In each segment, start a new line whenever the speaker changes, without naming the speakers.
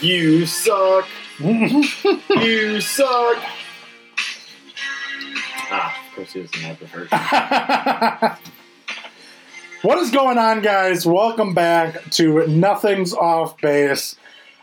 You suck. you suck. Ah, of course he doesn't have the version.
what is going on, guys? Welcome back to Nothing's Off Base,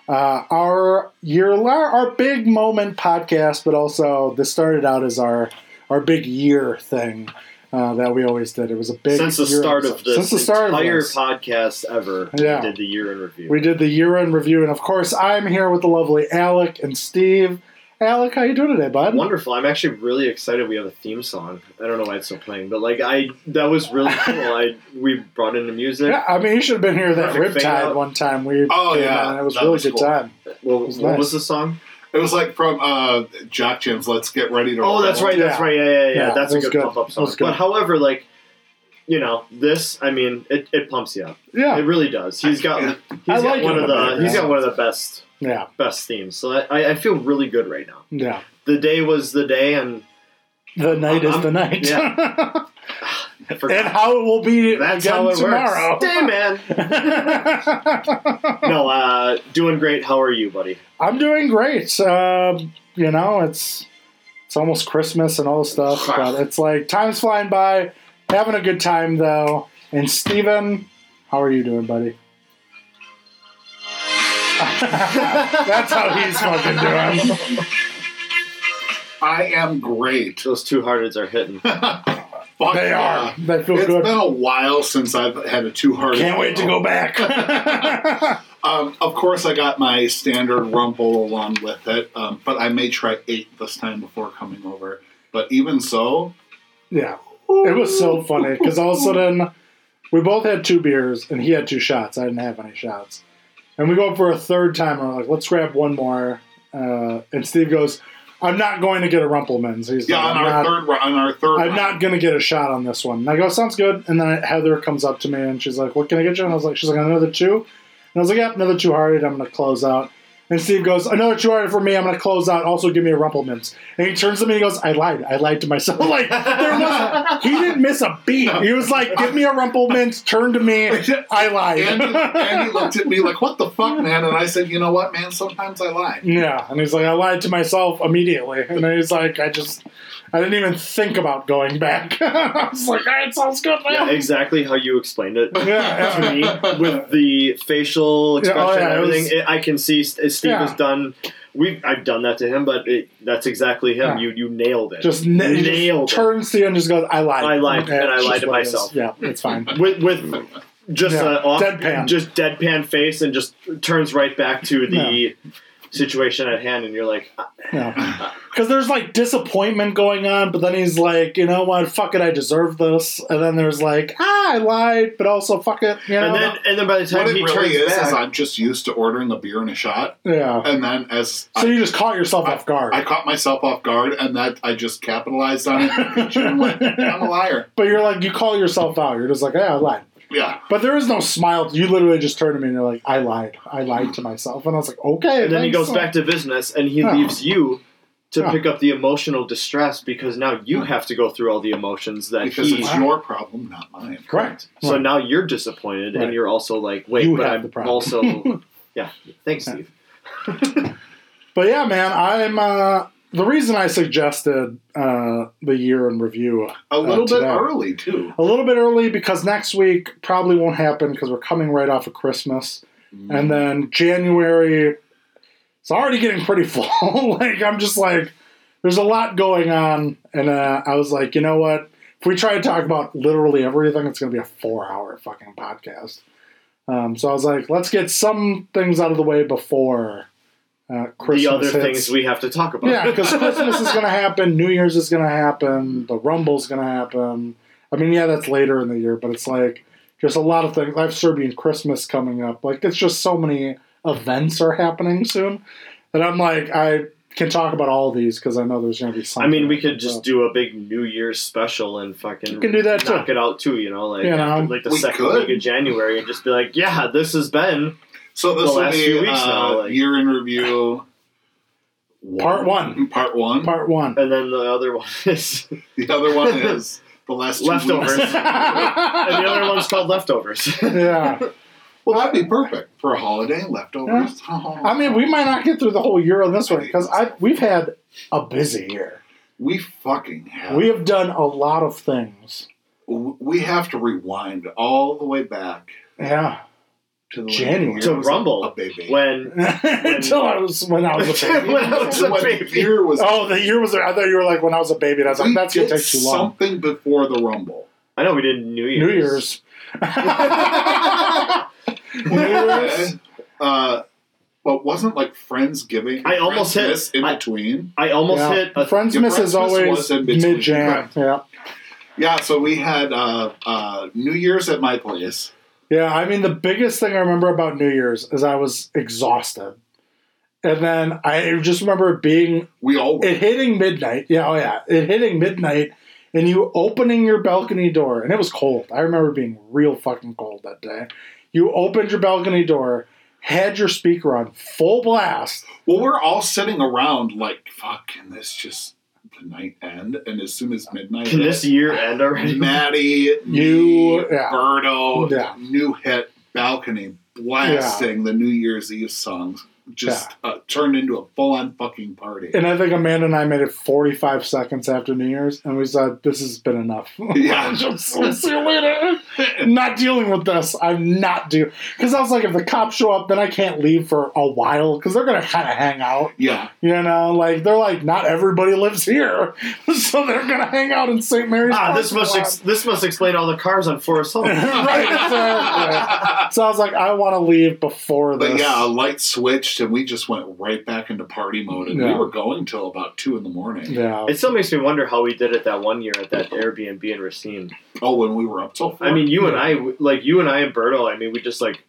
uh, our year, our big moment podcast, but also this started out as our our big year thing uh, that we always did. It was a big
Since the
year
start
episode.
of this
Since the start of
entire
this.
podcast ever,
Yeah.
we did the year in review.
we did the year in review, and of course, I'm here with the lovely Alec and Steve. Alec, how you doing today, bud?
Wonderful. I'm actually really excited we have a theme song. I don't know why it's still playing, but like I that was really cool. I we brought in the music.
Yeah, I mean, you should have been here that
Perfect fade
Riptide
out.
one time. We
Oh,
came
yeah.
on, and it was
That
really
was
good
cool.
time.
Well,
was
what
nice.
was the song?
It was like from uh, Jock Jim's "Let's Get Ready to."
Oh, that's
Roll.
right. That's
Yeah.
right. Yeah, yeah, yeah.
Yeah,
that's a
it was
good,
good.
pump up
It
song.
was good.
But however, like you know, this I mean, it, it pumps you up.
Yeah,
It really does. He's got
Yeah.
he's
I
got
like
one
him
of the
a bit,
he's
yeah.
got one of the best
yeah,
best themes. So I, I feel really good right now.
yeah.
The day was the day, and
The night is
I'm-
the night.
I
and
forgot.
how it will be
That's
again
how it
tomorrow.
works. Day man. no, uh, doing great. How are you, buddy?
I'm doing great. Um, you know, it's it's almost Christmas and all this stuff, but it's like time's flying by. Having a good time though. And Steven, how are you doing, buddy? That's how he's fucking doing.
I am great.
Those two hearteds are hitting.
Fuck
They
Oh, yeah.
are. They feel
It's
good.
been a while since I've had a two hearted.
Can't wait to go back.
Um, of course, I got my standard rumble along with it, um, but I may try eight this time before coming over. But even so,
yeah. It was so funny because all of a sudden we both had two beers and he had two shots. I didn't have any shots. And we go up for a third time and we're like, let's grab one more. Uh, and Steve goes, I'm not going to get a Rumpelman's. He's
yeah,
like,
on
I'm
our
not,
third third, ro- on our third,
I'm
round-
not going to get a shot on this one. And I go, sounds good. And then Heather comes up to me and she's like, what can I get you? And I was like, she's like, another two. And I was like, yeah, another two hearted. I'm going to close out. And Steve goes, another two hearted for me. I'm going to close out. Also, give me a Rumpelman's. And he turns to me and he goes, I lied. I lied to myself. Like, there was, he didn't miss a beat. He was like, give me a Rumpelman's. Turn to me. I lied.
And he- and he looked at me like, "What the fuck, man?" And I said, "You know what, man? Sometimes I lie."
Yeah, and he's like, I lied to myself immediately, and then he's like, I just, I didn't even think about going back. I was like, all right, sounds good, man.
Yeah, exactly how you explained it.
Yeah,
to me with the facial
Yeah,
expression
oh, yeah,
and
it was-
everything. It- I can see St- Steve
Yeah.
has done. We I've done that to him, but it, that's exactly him.
Yeah.
You you nailed it.
just na- he just
Nailed it.
turns to you and just goes, I lied.
I lied,
Okay,
and I
it's
lied
just
to
what it is.
myself.
Yeah, it's fine.
with with just
Yeah,
a off,
deadpan.
just deadpan face, and just turns right back to the situation at hand, and you're like, "Ah,
Yeah, because there's like disappointment going on, but then he's like, you know what, fuck it, I deserve this, and then there's like, ah, I lied, but also fuck it, you know.
and then and then by the time
What it
he
really
turns
is
back,
is I'm just used to ordering a beer and a shot,
yeah.
and then as
So you just caught yourself off guard.
I caught myself off guard, and that I just capitalized on it. I'm like, I'm a liar.
but you're like, you call yourself out. You're just like, yeah, I lied.
Yeah,
But there is no smile. You literally just turn to me and you're like, I lied. I lied to myself. And I was like, okay.
and then he
thanks.
goes back to business, and he
Yeah.
leaves you. To
Yeah.
pick up the emotional distress because now you have to go through all the emotions that
because
he
it's your problem, not mine.
Correct.
So
Right.
now you're disappointed,
Right.
and you're also like, wait,
You
but
have
I'm
the problem.
also, yeah. Thanks,
Yeah.
Steve.
But yeah, man, I'm. Uh, the reason I suggested uh, the year in review
A little bit
today.
early too.
a little bit early because next week probably won't happen because we're coming right off of Christmas.
Mm.
And then January, it's already getting pretty full. like, I'm just like, there's a lot going on. And uh, I was like, you know what? If we try to talk about literally everything, it's going to be a four hour fucking podcast. Um, so I was like, let's get some things out of the way before uh, Christmas.
the other
hits.
things we have to talk about.
Yeah, because Christmas is going to happen, New Year's is going to happen, the Rumble's going to happen. I mean, yeah, that's later in the year, but it's like just a lot of things. I have Serbian Christmas coming up. Like, it's just so many events are happening soon that I'm like, I can talk about all these because I know there's going to be
I
something.
mean, we
that
could
comes
just
up.
do a big New Year's special and fucking
You can do that, too. um,
knock it out too. You know, like
You know.
after, like the
We
second
could.
week of January, and just be like, yeah, this has been
So
The
this will
last few
be
weeks
uh,
now, like-
year in review.
Part one.
Part one.
part one.
and then the other one is, and
the other one is the last two
Leftovers.
Weeks.
the other one's called leftovers.
yeah.
Well, that'd be perfect for a holiday leftovers.
I mean, we might not get through the whole year on this one because I we've had a busy year.
we fucking have.
We have done a lot of things.
we have to rewind all the way back
Yeah,
to the
January.
To
To Rumble.
a baby.
When
until I was when I was a baby.
When I was a
When
baby.
beer was
Oh, the year was. I thought you were like when I was a baby. And I was like,
we
that's gonna
did
take too long.
Something before the rumble.
I know we did New Year's.
New Year's.
Yes. Uh, but wasn't like Friendsgiving.
I almost hit-
Christmas in
I-
between.
I almost
Yeah.
hit a
Friends
yeah,
miss is
breakfast was
always
in between,
mid Jan.
correct.
Yeah,
Yeah, so we had uh, uh, New Year's at my place.
yeah. I mean, the biggest thing I remember about New Year's is I was exhausted, and then I just remember it being
We all were.
it hitting midnight. Yeah, oh yeah, it hitting midnight, and you opening your balcony door, and it was cold. I remember being real fucking cold that day. You opened your balcony door, had your speaker on full blast.
Well, we're all sitting around like, fuck, can this just the night end? And as soon as midnight
Can this
hit,
year end already?
Maddie,
You-
me,
yeah.
Berto,
Yeah.
new hit balcony blasting the New Year's Eve songs just uh, turned into a full on fucking party.
And I think Amanda and I made it 45 seconds after New Year's, and we said, "This has been enough."
Yeah.
Just- we'll see you later. Not dealing with this. I'm not dealing because I was like, if the cops show up, then I can't leave for a while because they're gonna kind of hang out.
yeah.
You know, like they're like, not everybody lives here, so they're gonna hang out in St. Mary's.
Ah, this
parking
must
lot.
ex- this must explain all the cars on Forest Hill.
right. exactly. So I was like, I want to leave before this.
But yeah, a light switched and we just went right back into party mode. And we
Yeah.
were going till about two in the morning.
yeah.
It still makes me wonder how we did it that one year at that Airbnb in Racine.
Oh, when we were up till four.
I mean, you and I, like you and I and Berto, I mean, we just like,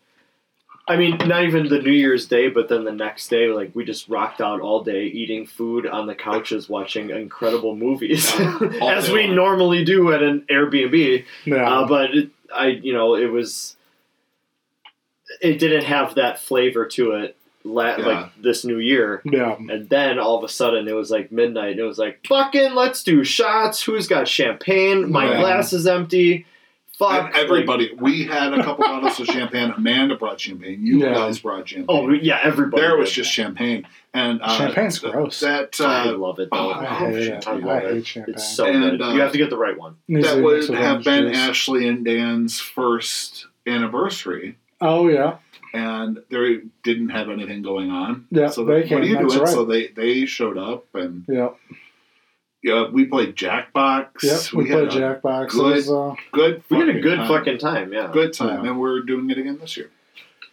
I mean, not even the New Year's Day, but then the next day, like we just rocked out all day eating food on the couches, watching incredible movies,
Yeah.
as we normally do at an Airbnb.
yeah.
Uh, but it, I, you know, it was, it didn't have that flavor to it, la-
Yeah.
like this new year.
yeah.
And then all of a sudden it was like midnight and it was like, fucking let's do shots. Who's got champagne? My
Yeah.
glass is empty. Fuck.
And everybody, we had a couple bottles of champagne. Amanda brought champagne. You
Yeah.
guys brought champagne.
Oh we- yeah, everybody.
there
did.
was just champagne. And uh,
Champagne's
th-
gross.
That
I
uh,
love it
oh,
though.
I
I
hate it.
love
I
it.
hate champagne.
It's so
And,
good.
uh,
you have to get the right one.
Needs to
that
be
would
mixed with
have
orange
been
juice.
Ashley and Dan's first anniversary,
Oh yeah,
and they didn't have anything going on.
Yeah,
so
they
they what
came,
are you
that's
doing?
right.
So they they showed up and
yeah,
yeah, we played Jackbox.
yep. We, played
had a
Jackbox. It
good-
was, uh,
Good.
We had a good
time.
fucking time, yeah.
good time,
Yeah.
and we're doing it again this year.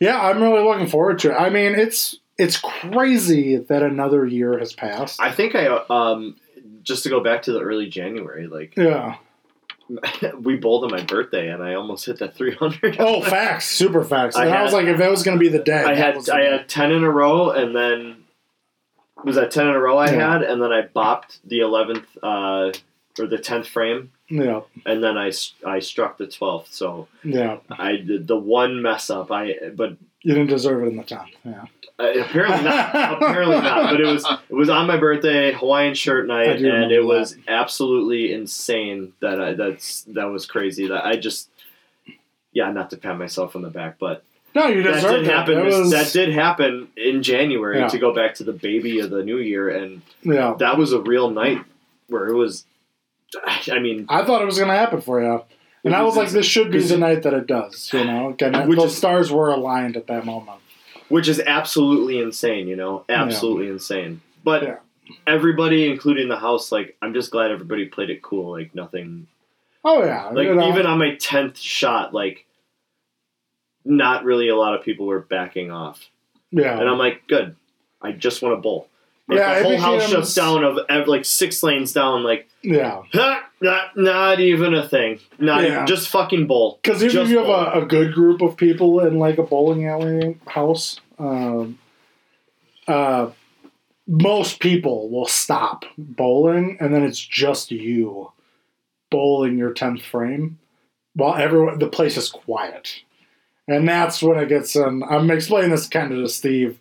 yeah, I'm really looking forward to it. I mean, it's it's crazy that another year has passed.
I think I um just to go back to the early January, like
yeah.
we bowled on my birthday and I almost hit that three hundred.
Oh, facts. Super facts.
I
And I,
had-
was like, if that was going to be the day,
I
that
had
was
I
the day.
had ten in a row, and then was that ten in a row I
Yeah.
had, and then I bopped the eleventh uh, or the tenth frame,
yeah,
and then I s- I struck the twelfth. So
yeah.
I did the one mess up. I but
You didn't deserve it in the time. Yeah,
uh, apparently not. apparently not. But it was it was on my birthday, Hawaiian shirt
I
night,
do
and
remember
it
that.
was absolutely insane. That I that's that was crazy. That I just. Yeah, not to pat myself on the back, but
no, you
that did
deserved it.
happen.
It was,
that did happen in January.
Yeah.
To go back to the baby of the new year, and
Yeah,
that was a real night where it was. I mean,
I thought it was going to happen for you, and I was like, this should be the night that it does. You know, again,
Which
those
is-
stars were aligned at that moment.
which is absolutely insane. You know, absolutely insane. But
Yeah.
everybody, including the house, like I'm just glad everybody played it cool. Like nothing.
Oh yeah,
Like
you know.
even on my tenth shot, like not really a lot of people were backing off,
yeah,
and I'm like, good. I just want to bowl. Like,
Yeah,
the
it
whole house
becomes-
shuts down of ev- like six lanes down. Like
yeah.
Huh, not, not even a thing. Not
Yeah.
even, just fucking bowl.
Because even if
Just
you have
bowl.
a, a good group of people in like a bowling alley house, um, uh, most people will stop bowling, and then it's just you bowling your tenth frame while everyone the place is quiet, and that's when it gets. in I'm explaining this kind of to Steve,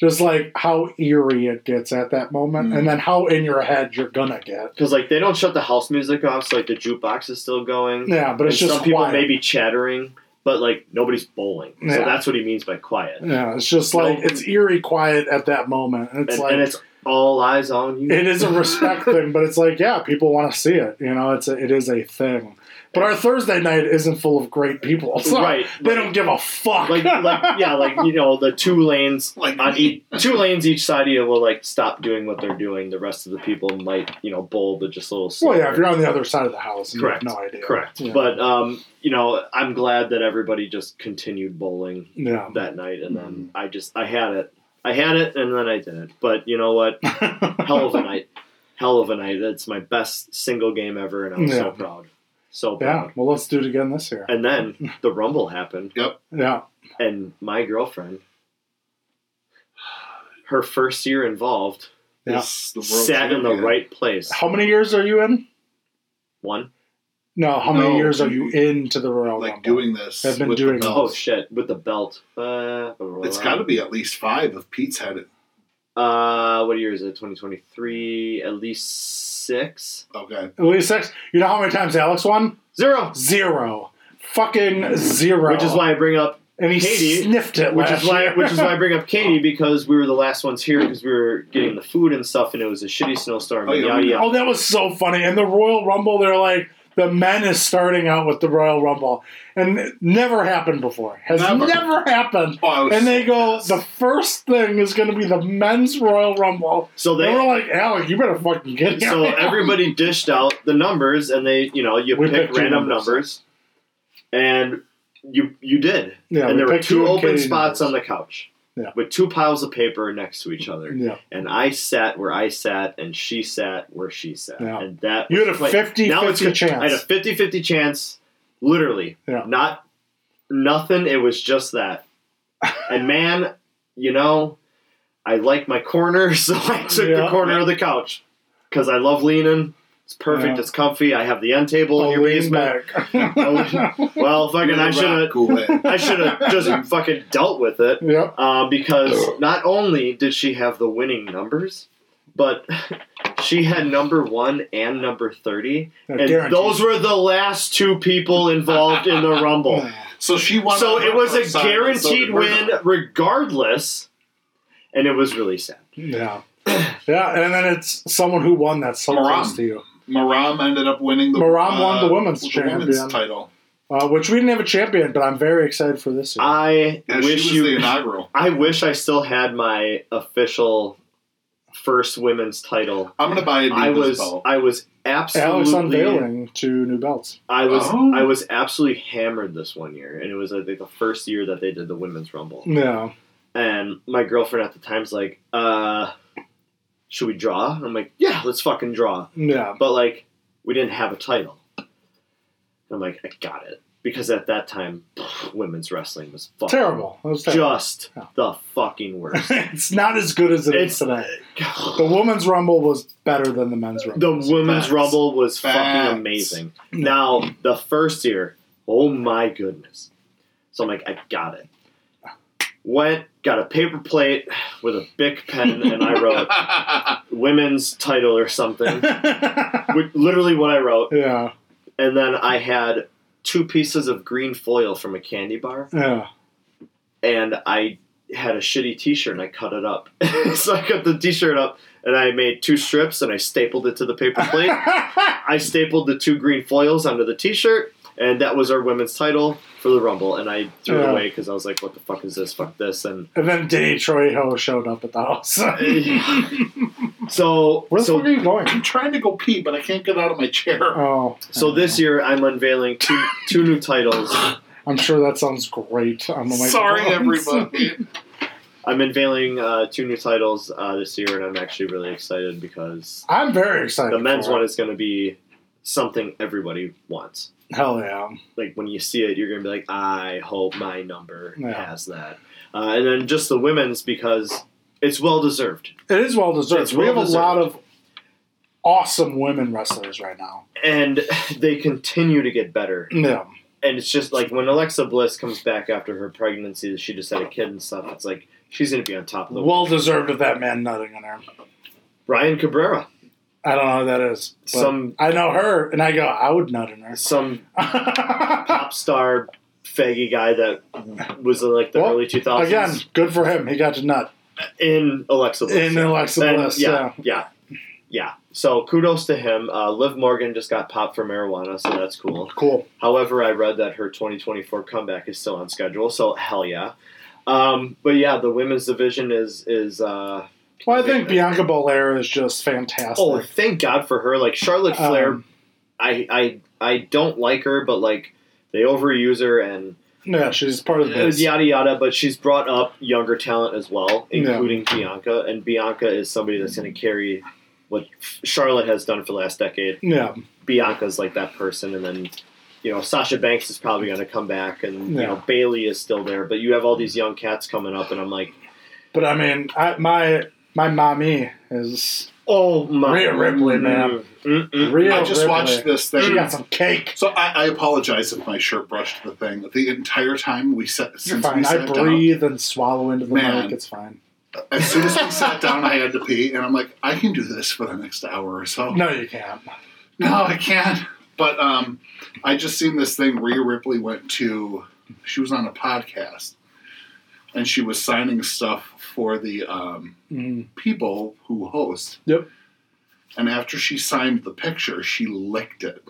just like how eerie it gets at that moment,
Hmm.
Mm.
and then how in your head you're gonna get.
Because like they don't shut the house music off, so like the jukebox is still going.
Yeah, but it's
And
just
some people
quiet.
may be chattering, but like nobody's bowling. So
Yeah.
that's what he means by quiet.
Yeah, it's just like
No.
it's eerie quiet at that moment. And it's
and,
like
and it's all eyes on you.
it is a respect thing, but it's like yeah, people want to see it. You know, it's a, it is a thing. But our Thursday night isn't full of great people, so
Right, right.
They don't give a fuck.
like like yeah, like you know, the two lanes
Like
on each two lanes each side of you will like stop doing what they're doing. The rest of the people might, you know, bowl but just a little slower.
well, yeah, if you're on the other side of the house, you
Correct.
have no idea.
Correct.
Yeah.
But um, you know, I'm glad that everybody just continued bowling
yeah,
that night and then I just I had it. I had it and then I didn't. But you know what? Hell of a night. Hell of a night. That's my best single game ever and I'm so
Yeah.
proud. So
yeah.
proud.
Well, let's do it again this year.
And then the rumble happened
Yeah,
and my girlfriend her first year involved
Yeah.
Is the world
sat in the
champion.
right place.
how many years are you in?
One.
No, how many
No.
years are you into the Royal
like
Rumble?
doing this.
I've been
with
doing
the
Oh
bells.
shit! With the belt. Uh,
It's got to be at least five if Pete's had it.
Uh, what year is it? Twenty twenty three. At least six.
Okay,
At least six. You know how many times Alex won?
Zero.
Zero. Fucking zero.
Which is why I bring up.
and he
Katie,
sniffed it.
Which
last
is why.
year.
Which is why I bring up Katie because we were the last ones here because we were getting the food and stuff and it was a shitty snowstorm.
Oh,
and
yeah.
yada, yada.
Oh, that was so funny. And the Royal Rumble, they're like, the men is starting out with the Royal Rumble. And it never happened before. Has
Never.
never, happened.
Oh, I was
And they
so
go,
pissed.
the first thing is going to be the men's Royal Rumble.
So
They,
they.
were like, Alec, you better fucking get here.
So everybody dished out the numbers, and they, you know, you
We
pick
picked two
random
numbers.
numbers, and you you did,
yeah, we
and there were
picked you
two
and
open
Katie
spots on
numbers.
the couch
Yeah.
with two piles of paper next to each other,
Yeah.
and I sat where I sat, and she sat where she sat,
Yeah.
and that
You
was
had a
play-
50
now it's
50
good-
chance.
I had a 50-50 chance, literally,
Yeah.
not nothing. It was just that, and man, you know, I like my corner, so I took the
Yeah.
corner of the couch because I love leaning. It's perfect.
Yeah.
It's comfy. I have the end table
Oh,
in your
lean
basement.
back.
Oh, Well, fucking, I should have.
Cool way.
I should have just fucking dealt with it.
yep.
Uh, because not only did she have the winning numbers, but she had number one and number 30.
I
And
guarantee
those were the last two people involved in the Rumble.
So she won.
So
on
it was
her
a
side, so
guaranteed
did
win,
Bruno.
regardless. And it was really sad.
Yeah. Yeah, and then it's someone who won that's so
Maram.
close to you.
Maram ended up winning the uh,
Maram won the women's champion.
title.
Uh, which we didn't have a champion, but I'm very excited for this year.
I
Yeah, she
wish
was the
you.
inaugural.
I wish I still had my official first women's title.
I'm gonna buy a
I
Divas
was.
belt.
I was absolutely
Alex unveiling two new belts.
I was
Oh.
I was absolutely hammered this one year, and it was I think the first year that they did the women's rumble.
Yeah.
And my girlfriend at the time's like, uh, "Should we draw?" And I'm like, "Yeah, let's fucking draw."
Yeah.
But like, we didn't have a title. And I'm like, "I got it," because at that time, women's wrestling was fucking
Terrible. It was terrible.
just the fucking worst.
it's not as good as it is
It's-
today. The women's rumble was better than the men's
The
rumble.
women's
Facts.
rumble was
Facts.
fucking amazing. Now the first year, oh my goodness! So I'm like, I got it. Went, got a paper plate with a bic pen, and I wrote women's title or something. Which, literally what I wrote,
yeah.
and then I had two pieces of green foil from a candy bar,
Yeah.
and I had a shitty T-shirt, and I cut it up. so I cut the T-shirt up, and I made two strips, and I stapled it to the paper plate. I stapled the two green foils onto the T-shirt, and that was our women's title for the Rumble. And I threw it
Yeah.
away because I was like, "What the fuck is this? Fuck this!" And
and then Danny Trejo showed up at the house.
so,
Where the fuck are
so,
you going?
I'm trying to go pee, but I can't get out of my chair.
Oh.
so this year I'm unveiling two two new titles.
I'm sure that sounds great on the
Sorry,
microphones.
everybody.
I'm unveiling uh, two new titles uh, this year, and I'm actually really excited because
I'm very excited.
the men's
for it.
one is going to be something everybody wants.
Hell yeah.
like when you see it, you're gonna be like, I hope my number
Yeah.
has that. Uh, and then just the women's because it's well deserved.
It is well deserved.
It's
we have
well-deserved.
a lot of awesome women wrestlers right now.
and they continue to get better.
Yeah.
And it's just like when Alexa Bliss comes back after her pregnancy, that she just had a kid and stuff. It's like she's going to be on top of the world.
Well deserved of that man nutting on her.
Brian Cabrera,
I don't know who that is. but
some
I know her, and I go, I would nut in her.
some pop star faggy guy that was in like the
Well,
early 2000s
Again, good for him. He got to nut
in Alexa Bliss.
in Alexa
Then,
Bliss.
yeah,
Yeah.
yeah, yeah. So kudos to him. Uh, Liv Morgan just got popped for marijuana, so that's cool.
Cool.
However, I read that her 2024 comeback is still on schedule, so hell yeah. Um, but yeah, the women's division is is uh,
Well, I think Bianca Belair is just fantastic.
oh, thank God for her. Like Charlotte Flair,
Um,
I I I don't like her, but like they overuse her and
yeah, she's part of the
uh,
biz.
yada yada. But she's brought up younger talent as well,
Yeah.
including Bianca, and Bianca is somebody that's going to carry what Charlotte has done for the last decade.
Yeah.
Bianca's like that person, and then you know Sasha Banks is probably going to come back, and you
Yeah.
know Bailey is still there, but you have all these young cats coming up, and I'm like,
But I mean, I, my my mommy is
oh my,
Rhea Ripley, man.
Mm, mm, mm.
real.
I just
Ripley.
watched this
She
thing.
got some cake.
So I, I apologize if my shirt brushed the thing. The entire time we sat,
You're
since we
fine. I
sat
breathe and swallow into the
Man.
mic. It's fine.
down, as soon as we sat down, I had to pee, and I'm like, I can do this for the next hour or so.
No, you can't.
No, I can't. But um, I just seen this thing. Rhea Ripley went to. She was on a podcast, and she was signing stuff for the um,
Mm.
people who host.
Yep.
And after she signed the picture, she licked it.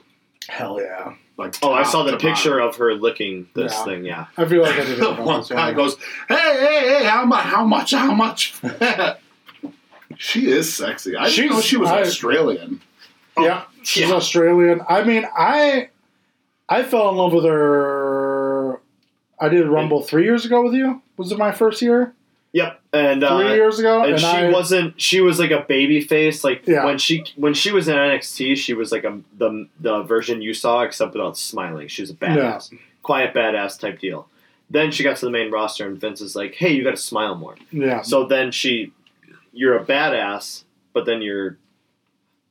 Hell yeah.
Like,
Oh, I saw
top
the
to
picture
bottom.
of her licking this
Yeah.
thing. Yeah,
I feel like I did it.
the one guy goes, "Hey, hey, hey! How much? How much? How much?" she is sexy. I didn't know
She's-
she was
I-
Australian.
Yeah, she's
Oh, Yeah.
Australian. I mean, I I fell in love with her. I did Rumble three years ago with you. Was it my first year?
yep. And uh,
three years ago,
and, she
I,
wasn't. She was like a baby face. Like
Yeah.
when she when she was in NXT, she was like a the the version you saw, except without smiling. She was a badass, quiet badass type deal. Then she got to the main roster, and Vince is like, "Hey, you got to smile more."
yeah.
So then she, you're a badass, but then you're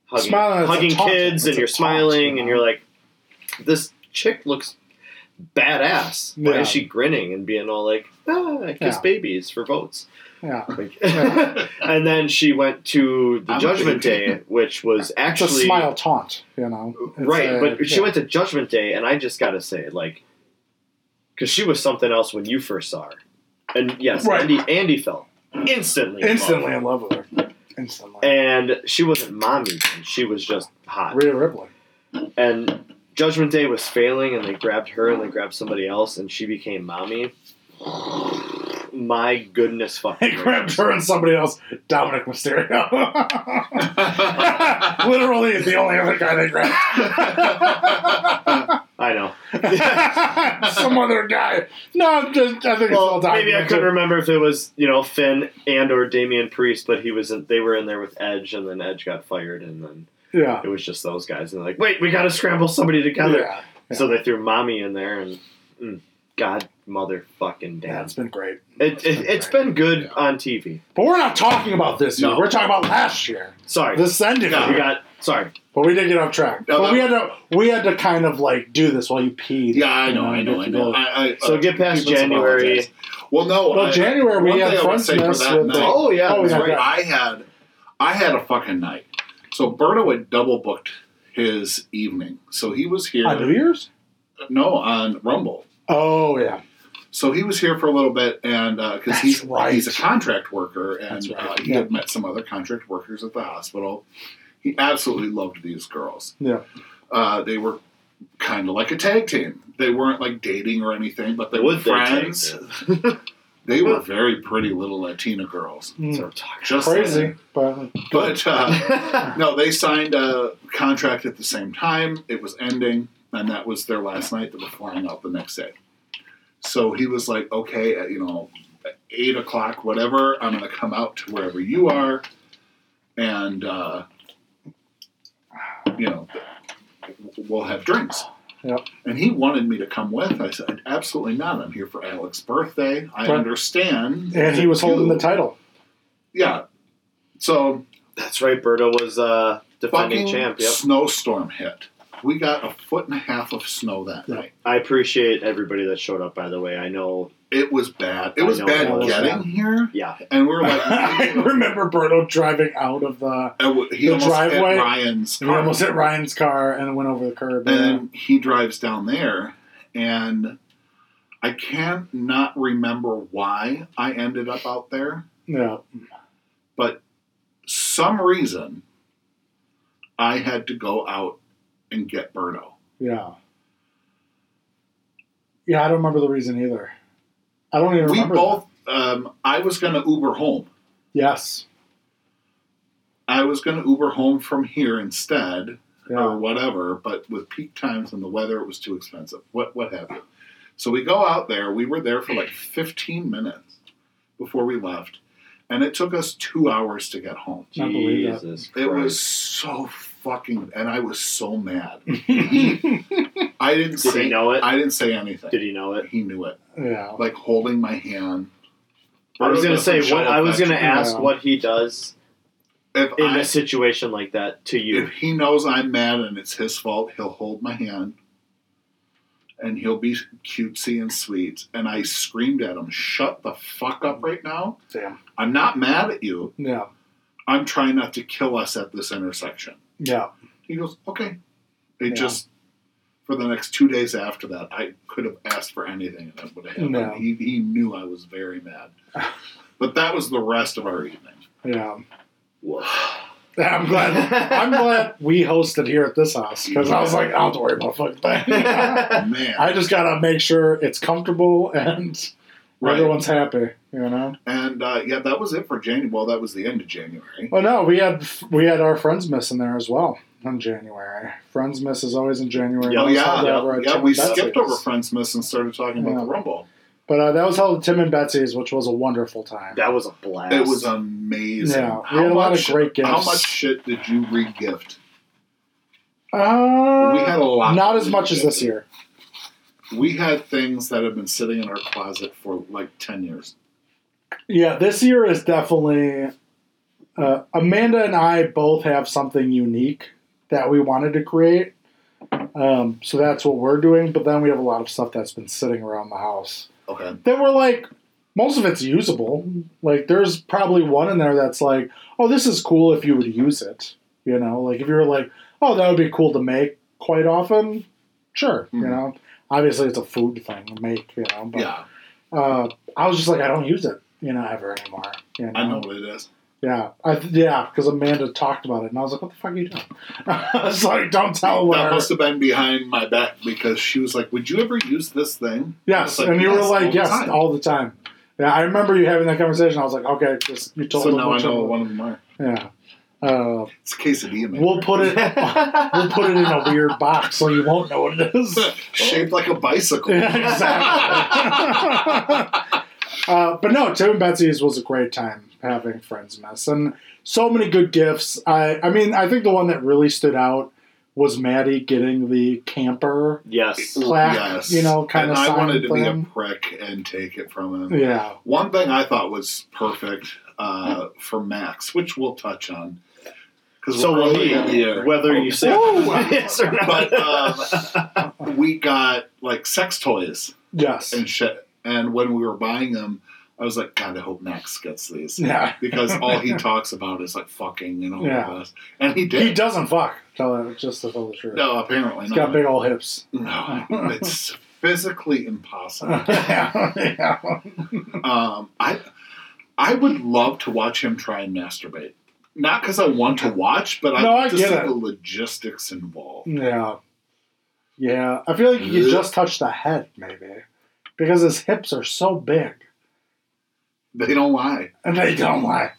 hugging,
Smiling, it's a
hugging
taunt.
kids,
It's
and
a
you're
taunt,
smiling,
you
and
know?
you're like, this chick looks badass. Why
Yeah.
is she grinning and being all like, ah, I kiss
Yeah.
babies for votes?
Yeah,
Like-
Yeah.
and then she went to the
I'm a
Judgment
baby.
Day, which was
it's a
actually
smile taunt. You know, It's
right.
a-
but she
yeah.
went to Judgment Day, and I just gotta say, like, because she was something else when you first saw her, and yes,
Right.
Andy, Andy fell instantly, in love
instantly in love with her. Instantly,
and she wasn't mommy. then. She was just hot.
Rhea Ripley.
And Judgment Day was failing, and they grabbed her and they grabbed somebody else, and she became mommy. My goodness,
He
fucking
grabbed her and somebody else, Dominic Mysterio. Literally the only other guy they grabbed.
I know.
Some other guy. No, I'm just, I think
Well,
it's all
maybe I
documented.
couldn't remember if it was you know Finn and or Damian Priest, but he was in, they were in there with Edge, and then Edge got fired, and then
Yeah.
it was just those guys, and they're like, wait, we got to scramble somebody together.
Yeah. yeah.
So they threw mommy in there, and mm, God, motherfucking
yeah,
damn,
it's been great.
it, it, it's been good
Yeah.
on TV.
But we're not talking about this year.
No.
We're talking about last year.
Sorry,
This ended.
No.
we
year.
got sorry.
But we did get off track.
No,
but
no.
we had to we had to kind of like do this while you peed.
Yeah, I know,
You
I know, I
get
know.
to go.
I, I,
So get past
people
January.
apologize. Well, no.
Well,
I-
January
one
we had
thing I would
French
say for
mess
that
with
night-
uh,
Oh yeah,
Oh,
that's
yeah.
right.
I had, I had a fucking night. So Berto had double booked his evening. So he was here.
on New Year's.
No, on Rumble.
Oh yeah,
So he was here for a little bit, and because
That's
he's
right.
he's a contract worker, and
That's right.
uh, he had met some other contract workers at the hospital. He absolutely loved these girls.
Yeah.
uh, they were kind of like a tag team. They weren't like dating or anything, but they were
Would they tag
friends. they were very pretty little Latina girls.
Mm,
So talk-
Just
crazy. But
But uh, no, they signed a contract at the same time. It was ending, and that was their last night. They were flying out the next day. So he was like, okay, at, you know, at 8 o'clock, whatever, I'm going to come out to wherever you are. And, uh, you know, we'll have drinks.
Yep.
And he wanted me to come with. I said, absolutely not. I'm here for Alex's birthday. I
Right.
understand.
and he was holding the
You-
title.
Yeah. So
That's right. Berto was uh, defending
fucking
champ. Yep.
snowstorm hit. We got a foot and a half of snow that
Yeah.
night.
I appreciate everybody that showed up. By the way, I know.
It was bad. It
I
was
know
bad
it was
getting
bad.
here,
Yeah.
and we were
I
like,
remember Berto driving out of the.
I w- he
The
almost
driveway?
hit Ryan's
He
car.
almost hit Ryan's car and went over the curb.
and then he drives down there, and I can't not remember why I ended up out there.
Yeah.
Some reason I had to go out and get Birdo.
Yeah. Yeah, I don't remember the reason either. I don't even
We
remember.
both.
that.
Um, I was going to Uber home.
Yes.
I was going to Uber home from here instead, or
Yeah.
whatever. But with peak times and the weather, it was too expensive. What what have you? So we go out there. We were there for like 15 minutes before we left, and it took us two hours to get home.
I believe that.
Jesus
It was
Christ.
so fucking, and I was so mad. I didn't
Did
say
he know it?
I didn't say anything.
Did he know it?
he knew it,
yeah.
like holding my hand.
I was gonna say what I was gonna ask
Yeah.
what he does
If
in
I-
a situation like that to you.
if he knows I'm mad and it's his fault, he'll hold my hand and he'll be cutesy and sweet. And I screamed at him, Shut the fuck up right now.
Damn.
I'm not mad at you.
Yeah.
I'm trying not to kill us at this intersection.
Yeah.
He goes, Okay. It
Yeah.
just, for the next two days after that, I could have asked for anything and that would have happened.
No.
He, he knew I was very mad. but that was the rest of our evening.
Yeah.
Whoa.
I'm glad. I'm glad we hosted here at this house because I was like, I don't worry about fucking thing.
Man.
I just gotta make sure it's comfortable and
Right.
everyone's happy. You know.
and uh, yeah, that was it for January. Well, that was the end of January.
Well, Oh, no, we had we had our friends miss in there as well in January. Friends miss is always in January.
Yeah,
Oh
That's
yeah,
how they have our
yeah,
Tim
we
and Betsy's.
skipped over Friends Miss and started talking about
Yeah.
the Rumble.
But uh, that was held at Tim and Betsy's, which was a wonderful time.
that was a blast.
It was amazing.
Yeah, we had a lot of great gifts.
How much shit did you re-gift?
Uh,
We had a lot.
Not
that
as
we
much as
re-gifted.
this year.
We had things that have been sitting in our closet for like ten years.
Yeah, this year is definitely. Uh, Amanda and I both have something unique that we wanted to create. Um, so that's what we're doing. But then we have a lot of stuff that's been sitting around the house
Okay.
that were like, most of it's usable. Like, there's probably one in there that's like, oh, this is cool if you would use it. You know, like if you were like, oh, that would be cool to make quite often, sure. You
Mhm.
know, obviously it's a food thing to make, you know, but
Yeah,
uh, I was just like, I don't use it, you know, ever anymore. You know?
I know what it is.
Yeah, I, th- yeah, because Amanda talked about it, and I was like, "What the fuck are you doing?" I was like, "Don't tell her."
That must have been behind my back because she was like, "Would you ever use this thing?"
yes,
like,
and you
yes,
were like,
all the
"Yes,
time.
all the time." Yeah, I remember you having that conversation. I was like, "Okay, just you told
so
them
now I
which
know
one-
one of them are.
Yeah, uh,
It's quesadilla maker.
we'll put it. We'll put it in a weird box so you won't know what it is.
shaped like a bicycle.
Yeah, exactly. uh, but no, Tim and Betsy's was a great time having friends mess, and so many good gifts. I, I mean, I think the one that really stood out was Maddie getting the camper.
yes.
plaque, you know, kinda
And I
sign
wanted to be a
thing.
prick and take it from him.
Yeah,
One thing I thought was perfect uh, for Max, which we'll touch on, because
So
we're
will
early
he,
in the year.
whether you say
Ooh.
yes or not.
but um, we got like sex toys
yes,
and shit. And when we were buying them, I was like, God, I hope Max gets these
yeah.
because all he talks about is like fucking and all
Yeah.
of this. And he did.
He doesn't fuck. Tell it just to tell the truth.
No, apparently
He's got
not.
big old hips.
no, it's physically impossible.
yeah.
Um, I I would love to watch him try and masturbate. Not because I want to watch, but I
No,
want
I
to
get
see
it.
the logistics involved.
yeah, yeah. I feel like you just touched the head, maybe, because his hips are so big.
They don't lie.
And they don't lie.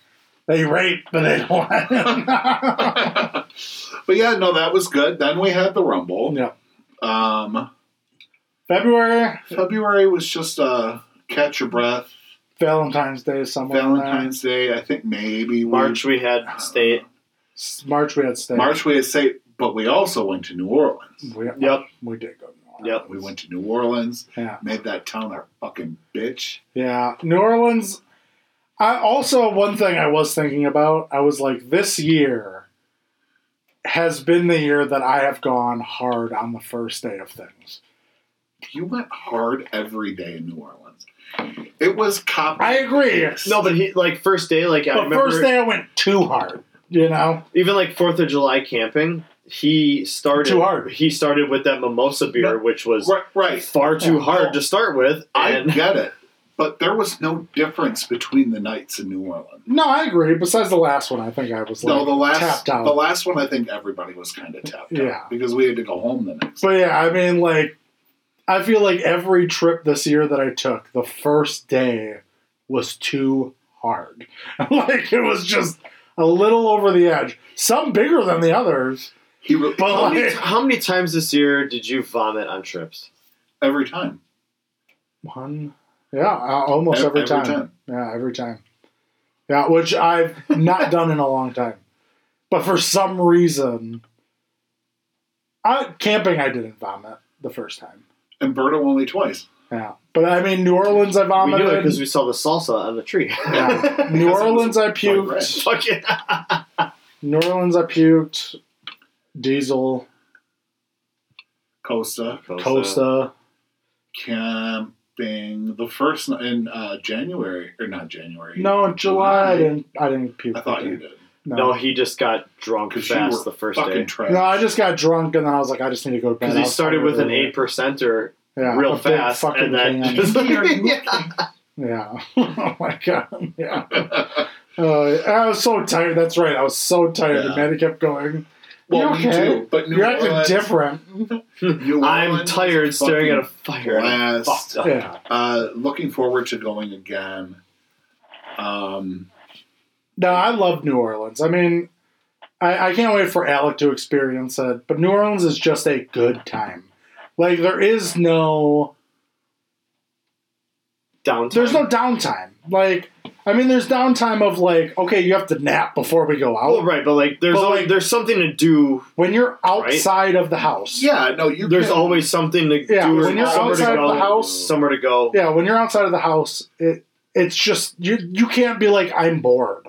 They rape, but they don't lie.
but yeah, no, that was good. Then we had the Rumble.
yeah.
Um,
February,
February was just uh, catch your breath.
Valentine's Day, is somewhere. in there.
Valentine's Day, I think maybe we-
March we
uh,
had state.
S- March, we had state.
March we had say, but we also went to New Orleans.
We, uh,
Yep.
We did go to New Orleans.
Yep.
We went to New Orleans,
Yeah.
made that town our fucking bitch.
Yeah. New Orleans. I also, one thing I was thinking about, I was like, this year has been the year that I have gone hard on the first day of things.
You went hard every day in New Orleans. It was cop.
I agree.
No, but he like first day, like I
But
remember
first day I went too hard, you know?
even like Fourth of July camping. he started
Too hard.
He started with that mimosa beer, which was
Right, right.
far too
Yeah.
hard to start with.
I
And
get it. But there was no difference between the nights in New Orleans.
No, I agree. Besides the last one, I think I was like
no, the last
tapped out.
the last one I think everybody was kind of tapped
Yeah.
out because we had to go home the next.
But yeah, I mean, like, I feel like every trip this year that I took, the first day was too hard. like, it was just a little over the edge. Some bigger than the others.
He re-
But
how, many,
like-
how many times this year did you vomit on trips?
every time.
One. Yeah, uh, almost
Ev-
every,
every
time.
time.
Yeah, every time. Yeah, which I've not done in a long time. But for some reason, I, camping, I didn't vomit the first time.
And Berto only twice.
Yeah. But I mean, New Orleans, I
we
vomited.
knew it because we saw the salsa on the tree.
Yeah. New
Because it was
Orleans, I
bright red.
puked.
Fuck it.
New Orleans, I puked. Diesel,
Costa
Costa.
camping the first ni- in uh, January or not January.
No, in July I didn't. I didn't puke.
I thought you did
No.
No, he just got drunk
because you
fast
were
the first
fucking
day.
trash.
No, I just got drunk and then I was like, I just need to go to bed.
Because he
I was
started
tired
with an
earlier.
eight percenter
yeah,
real
a big
fast,
fucking
and then
can.
just
yeah. oh my god. Yeah. Uh, I was so tired. That's right. I was so tired.
Yeah.
The man kept going.
well,
You
we
okay?
do, but New
You're
Orleans,
acting different.
New
I'm
Orleans
tired
is
staring at a
fucking
fire.
blast.
Fucked up.
Yeah.
Uh, looking forward to going again. Um,
No, I love New Orleans. I mean, I, I can't wait for Alec to experience it. But New Orleans is just a good time. Like there is no,
Downtime.
there's no downtime. Like, I mean, there's downtime of like, okay, you have to nap before we go
Well,
out.
right, but like there's
But,
always,
like-
there's something to do.
When you're outside of the house,
yeah, no, you.
There's
can-
always something to
Yeah,
do. or
when you're
somewhere to
outside
go,
the house-
somewhere to go.
yeah, when you're outside of the house, it it's just you you can't be like I'm bored.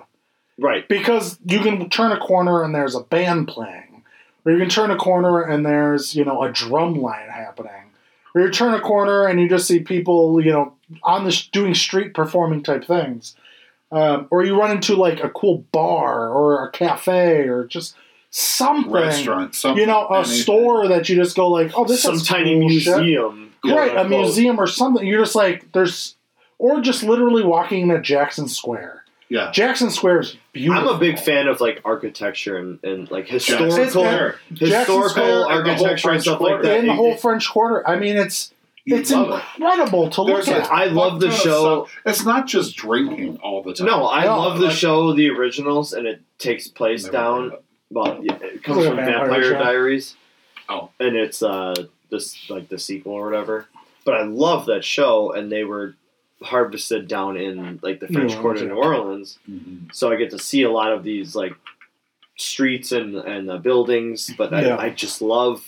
Right.
because you can turn a corner and there's a band playing, or you can turn a corner and there's you know a drum line happening, or you turn a corner and you just see people you know on the s- doing street performing type things, um, or you run into like a cool bar or a cafe or just something,
restaurant, something,
you know, a
anything.
store that you just go like, oh, this
Some
is
tiny
cool shit."
museum. quote
right? A
unquote.
museum or something. You're just like there's. Or just literally walking in Jackson Square.
Yeah,
Jackson Square is
I'm
beautiful.
a big fan of like architecture and, and like
Jackson
historical
Square.
historical
Square and the whole
architecture and
French
stuff like
Quarter.
that.
in the
It-
whole French Quarter. I mean, it's
You
it's
love it.
incredible to look
There's
at.
a
I love the
fuck ton of
show.
stuff. It's not just drinking all the time.
No, I
No,
love the
like-
show The Originals, and it takes place
Never
down.
heard of it.
Well, yeah, it comes
Like a
from
vampire
Vampire,
show?
Diaries.
Oh.
and it's uh this like the sequel or whatever. But I love that show, and they were harvested down in like the
New
French
Orleans,
Quarter in
yeah.
New Orleans.
Mhm.
So I get to see a lot of these like streets and and uh, buildings. But I,
Yeah.
I just love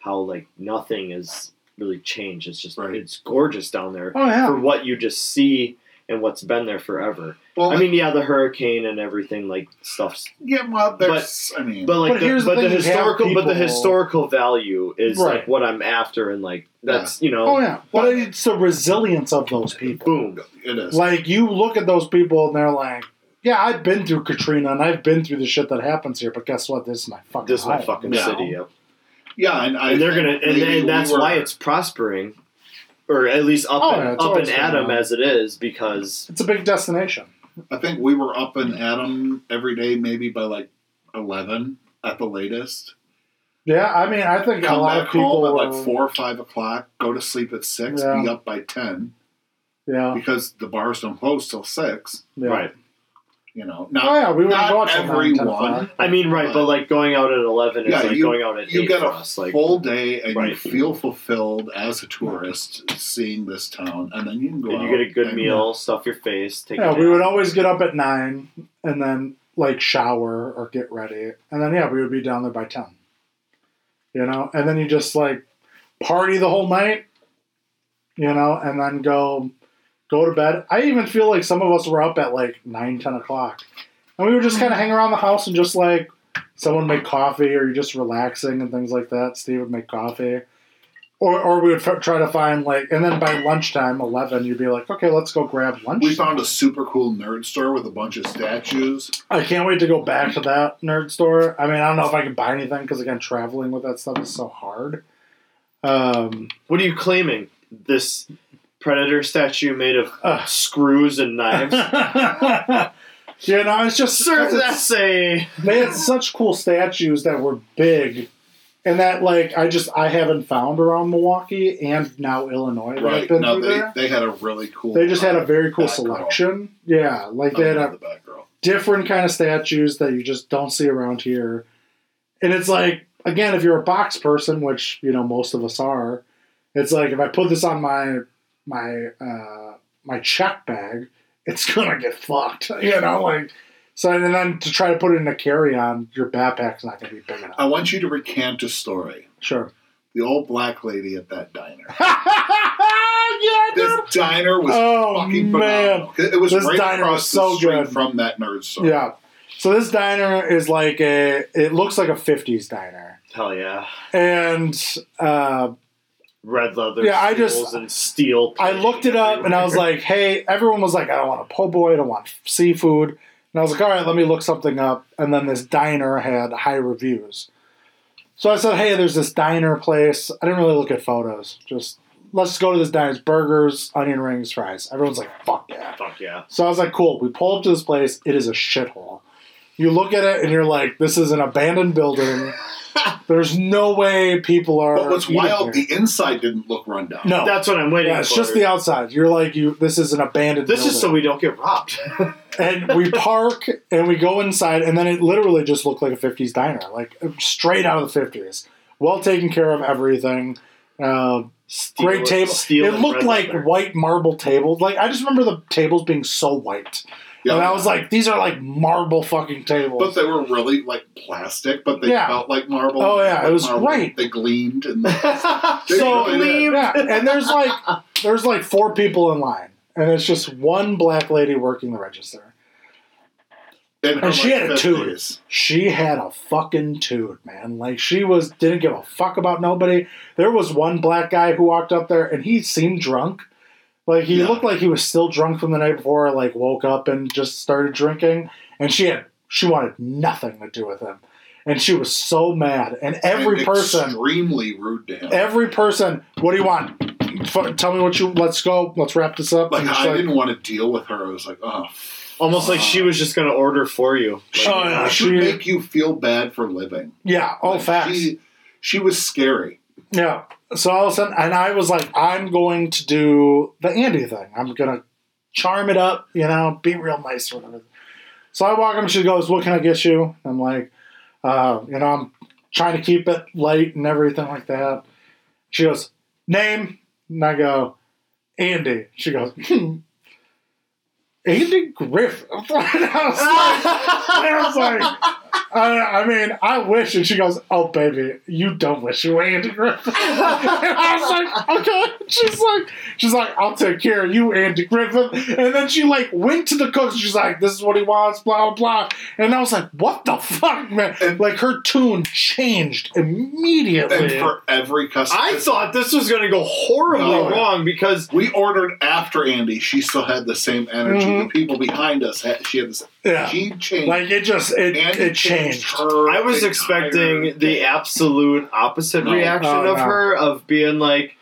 how like nothing is really changed. It's just
Right.
it's gorgeous down there
oh yeah,
for what you just see and what's been there forever.
Well,
I mean, yeah, the hurricane and everything, like stuffs.
yeah, well, there's. I mean,
But like,
But
the,
here's the
but the
thing, you have
historical, but the
people-
historical value is like
Right.
what I'm after, and like that's you know,
oh yeah. But it's the resilience of those people.
boom.
it is.
Like you look at those people and they're like, "Yeah, I've been through Katrina and I've been through the shit that happens here, but guess what? This is my fucking
This is my
home."
fucking
No.
city, yep.
yeah, and, I
and they're
think
gonna, and
maybe
then
we
that's
were-
why it's prospering, or at least up
Oh,
and,
yeah, it's
up and
always been
at 'em
that.
as it is because
It's a big destination.
I think we were up and at 'em every day, maybe by like eleven at the latest.
Yeah, I mean, I think
Come
a lot
back
of people
home at
were-
like four or five o'clock. Go to sleep at six.
Yeah.
Be up by ten
Yeah,
because the bars don't close till six.
yeah.
right.
You know,
Oh
not
yeah, we were
not
watching
everyone.
I mean, right, but like going out at eleven is
Yeah,
like
you-
going out at
you
eight
get
for
a
us. Like,
full day and you
Right.
feel fulfilled as a tourist seeing this town, and then you can go.
and you get a
out
good
and-
meal, stuff your face, take. a
Yeah,
nap.
we would always get up at nine and then like shower or get ready, and then yeah, we would be down there by ten. You know, and then you just like party the whole night. You know, and then go go to bed. I even feel like some of us were up at like nine, ten o'clock, and we would just kind of hang around the house and just like someone make coffee or you're just relaxing and things like that. Steve would make coffee. Or, or we would f- try to find like, and then by lunchtime, eleven, you'd be like, okay, let's go grab lunch.
We found a super cool nerd store with a bunch of statues.
I can't wait to go back to that nerd store. I mean, I don't know if I can buy anything because again, traveling with that stuff is so hard. Um,
What are you claiming? This predator statue made of
uh,
screws and knives?
you know, it's just
Sir, that's a.
they had such cool statues that were big, and that like I just I haven't found around Milwaukee and now Illinois. that I've
Right.
been
No,
through
they,
there.
they had a really cool.
They just had a uh, very cool
Batgirl.
selection. Yeah, like they had a
the Batgirl.
different kind of statues that you just don't see around here. And it's like, again, if you're a box person, which you know most of us are, it's like if I put this on my my uh, my check bag, it's gonna get fucked. You know, like so. And then to try to put it in a carry on, your backpack's not gonna be big enough.
I want you to recant a story.
Sure.
The old black lady at that diner.
yeah,
This
dude.
diner was
Oh
fucking
man.
phenomenal. It was
This
right
diner
across
was so
the street
good.
from that nerd store.
Yeah. So this diner is like a. It looks like a '50s diner,
Hell yeah.
and uh,
Red leather
Yeah, I
stools
just-
and steel.
I looked it up and I was like, hey, everyone was like, I don't want a po' boy, I don't want seafood. And I was like, all right, let me look something up. And then this diner had high reviews. So I said, hey, there's this diner place. I didn't really look at photos. Just let's go to this diner. It's burgers, onion rings, fries. Everyone's like, fuck yeah.
Fuck yeah.
So I was like, cool. We pull up to this place. It is a shithole. You look at it and you're like, this is an abandoned building. There's no way people are.
But what's
eating
wild,
here.
the inside didn't look run down.
no,
That's what I'm waiting
yeah,
for.
it's just the outside. You're like you. This is an abandoned.
This is so
building.
we don't get robbed.
And we park and we go inside, and then it literally just looked like a '50s diner, like straight out of the '50s. Well taken care of, everything. Uh,
Steel-
great table.
steel
it
and
looked
red
like
leather.
white marble tables. Like I just remember the tables being so white,
Yeah.
and I was like, these are like marble fucking
But
tables.
they were really like plastic, but they
Yeah.
felt like marble.
Oh, yeah, it was
Marble.
great.
They gleamed and
so
really did.
leave-
yeah, and there's like there's like four people in line, and it's just one black lady working the register.
and,
And she had a toot. she had a fucking toot, man. Like she was didn't give a fuck about nobody. There was one black guy who walked up there and he seemed drunk. Like he
Yeah.
looked like he was still drunk from the night before, like woke up and just started drinking. And she had she wanted nothing to do with him. And she was so mad. And every person
extremely rude to him.
every person, what do you want? F- tell me what you let's go, let's wrap this up.
like
And she's
I
like,
didn't want to deal with her. I was like, oh,
Almost like she was just gonna order for you. Like,
Oh, yeah.
she
she-
would make you feel bad for living.
yeah, oh
Like,
facts.
She, she was scary.
Yeah. So all of a sudden, and I was like, I'm going to do the Andy thing. I'm gonna charm it up, you know, be real nice or whatever. So I walk up, and she goes, "What can I get you?" I'm like, uh, you know, I'm trying to keep it light and everything like that. She goes, "Name," and I go, "Andy." She goes, hmm, "Andy Griffith." I was like- and I was like, I, I mean, I wish. And she goes, Oh, baby, you don't wish you were Andy Griffith. and I was like, Okay. She's like, She's like, I'll take care of you, Andy Griffith. And then she like went to the cook. She's like, This is what he wants, blah, blah, blah. And I was like, What the fuck, man?
And-
like her tune changed immediately.
And for every customer,
I thought this was gonna go horribly
No.
wrong because
we ordered after Andy. She still had the same energy.
Mhm.
The people behind us had. She had this.
yeah.
She changed.
Like it just it,
Andy
it changed.
her.
I was
entire
expecting the
day.
absolute opposite
No.
reaction
Oh,
of
no.
her of being like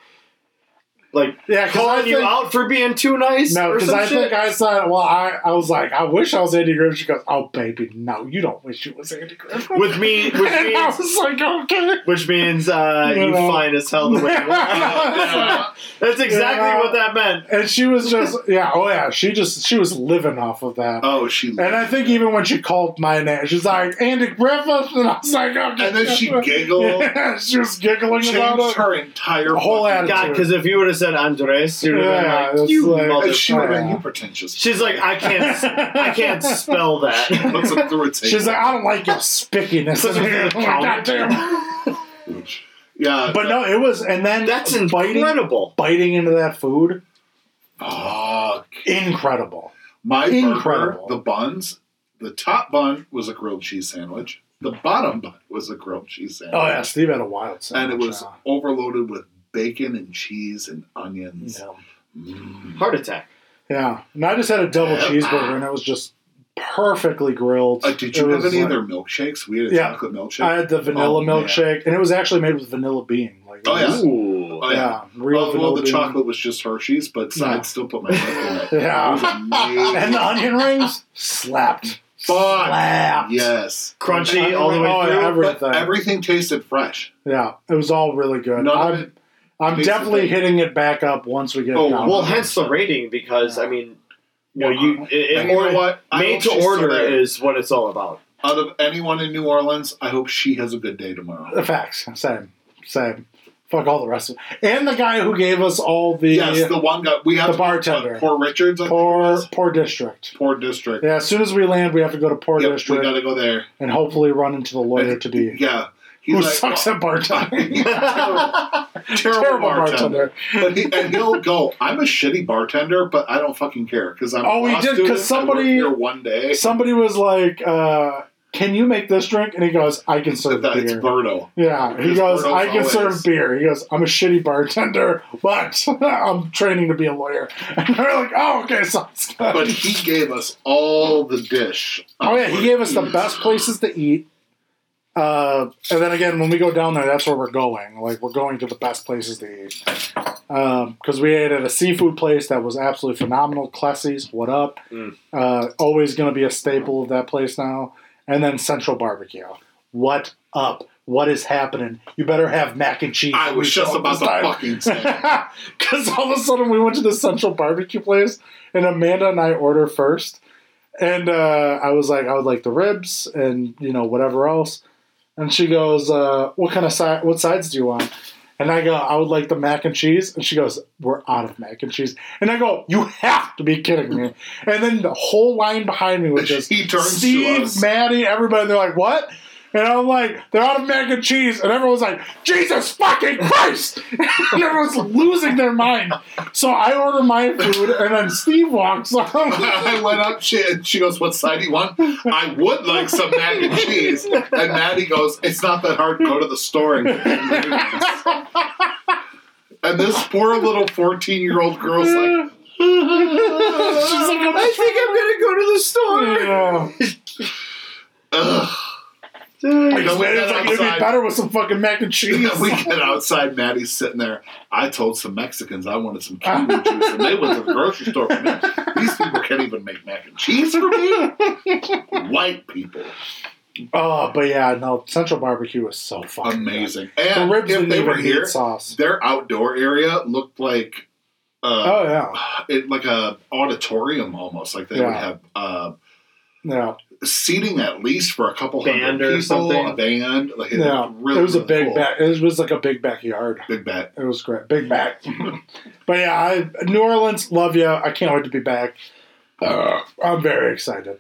like
Yeah, because I
calling you
think
out for being too nice.
No,
or
because
some
I
shit.
think I said, well, I, I was like, I wish I was Andy Griffith. She goes, oh, baby, no, you don't wish you was Andy Griffith.
with me,
and
which
I
means,
was like, okay.
which means uh,
You
you
know.
fine as hell the way you are.
Yeah.
That's exactly
Yeah.
what that meant.
And she was just, yeah, oh, yeah, she just, she was living off of that.
Oh, she.
and I think even when she called my name, she's like, Andy Griffith. And I was like, okay.
And then she giggled.
Yeah, she was giggling about
changed
it.
her entire
The whole
fucking-
attitude.
God, because if you would have said Andres, you'd have
Yeah,
been
it's
like, you
like-
mother.
And she would have been
Yeah.
you pretentious.
She's like, I can't, I can't spell that.
Puts it through a table.
She's like, I don't like your spickiness
Puts
in
it
here.
through
I'm
the
like, God
counter.
damn.
yeah,
"Ah." But no, it was, and then
That's
biting,
incredible.
biting into that food,
fuck.
incredible.
My
Incredible.
burger, the buns, the top bun was a grilled cheese sandwich. The bottom bun was a grilled cheese sandwich.
Oh yeah, Steve Oh, had a wild sandwich.
and it was
huh?
overloaded with bacon and cheese and onions. Mm.
Heart attack.
Yeah. And I just had a double
Yeah.
cheeseburger and it was just perfectly grilled.
Uh, did
It
you have
was
any of
like-
their milkshakes? We had a
Yeah.
chocolate milkshake.
I had the vanilla
Oh, man.
milkshake and it was actually made with vanilla bean. Like, it
Oh, yeah.
was-
Ooh.
oh, yeah.
Real
well,
vanilla
well, the
bean.
chocolate was just Hershey's, but
Yeah.
I'd still put my milk in it. It was
Yeah.
amazing.
and the onion rings slapped. Slapped.
Yes.
Crunchy all the way
Oh,
through.
yeah. Everything.
But everything tasted fresh.
Yeah, it was all really good.
None
I'm,
of it.
I'm
tasted
definitely
good.
hitting it back up once we get
Oh,
down.
Well, hence the rating because I mean, you know, you it,
And
it,
you know what? I
made
hope
to
she's still
order
there.
is what it's all about.
Out of anyone in New Orleans, I hope she has a good day tomorrow.
The facts. Same. Same. Fuck all the rest of it. And the guy who gave us all the,
yes, the one guy we have
the
to-
bartender.
Poor Richards. I think it
poor,
was.
poor district.
poor district.
Yeah, as soon as we land, we have to go to poor
Yep, we
district
gotta go there.
and hopefully run into the lawyer to be
Yeah,
who
he's like,
sucks at bartending.
terrible, terrible,
Terrible bartender.
bartender. but he, and he'll go. I'm a shitty bartender, but I don't fucking care because I'm. a
Oh, he
law
did, 'cause
student, I work
somebody-
here one day.
Somebody was like, uh, "Can you make this drink?" And he goes, "I can serve
that it's
beer."
Berto.
Yeah, he
Because
goes,
Berto's
I can
always-
serve beer. He goes, I'm a shitty bartender, but I'm training to be a lawyer. And they're like, oh, okay, sounds good.
But he gave us all the dish.
oh, yeah, he gave us the best places to eat. Uh, and then again, when we go down there, that's where we're going. Like, we're going to the best places to eat. Because we ate at a seafood place that was absolutely phenomenal. Clessy's, what up?
Mm.
Uh, always going to be a staple of that place now. And then Central Barbecue. What up? What is happening? You better have mac and cheese.
I
when
was
we
just
go
about
this
to
time.
fucking say.
Because all of a sudden we went to the central barbecue place, and Amanda and I order first, and uh, I was like, I would like the ribs and you know whatever else, and she goes, uh, what kind of side? What sides do you want? And I go, I would like the mac and cheese, and she goes, we're out of mac and cheese, and I go, you have to be kidding me, and then the whole line behind me was just
he turns to
Steve,
us.
Maddie, everybody, they're like, what? And I'm like, they're out of mac and cheese. And everyone's like, Jesus fucking Christ! and everyone's losing their mind. So I order my food, and then Steve walks on.
I went up. She, and she goes, "What side do you want?" I would like some mac and cheese. And Maddie goes, "It's not that hard. Go to the store and get noodles." And this poor little fourteen-year-old girl's like,
She's like, I'm
think I'm gonna go to the
yeah.
"Ugh."
I
No,
just,
we
it's
got
like, it'd be
outside.
better with some fucking mac and cheese.
we get outside. Maddie's sitting there. I told some Mexicans I wanted some kiwi juice, and they went to the grocery store for me. These people can't even make mac and cheese for me. White people,
oh, but yeah, no, Central Barbecue is so fucking
amazing.
good.
And
The ribs
if
didn't
they
even
were
need
here,
sauce.
their outdoor area looked like uh,
Oh, yeah.
it, like a auditorium almost. Like they would
Yeah.
have uh,
Yeah.
seating at least for a couple
Band
hundred
or
people,
something.
a band. Like, it
Yeah.
looked really,
it was a
really
big
cool.
back. It was like a big backyard.
Big bat.
It was great. Big Mac. but yeah, I, New Orleans, love you. I can't wait to be back. Uh, I'm very excited.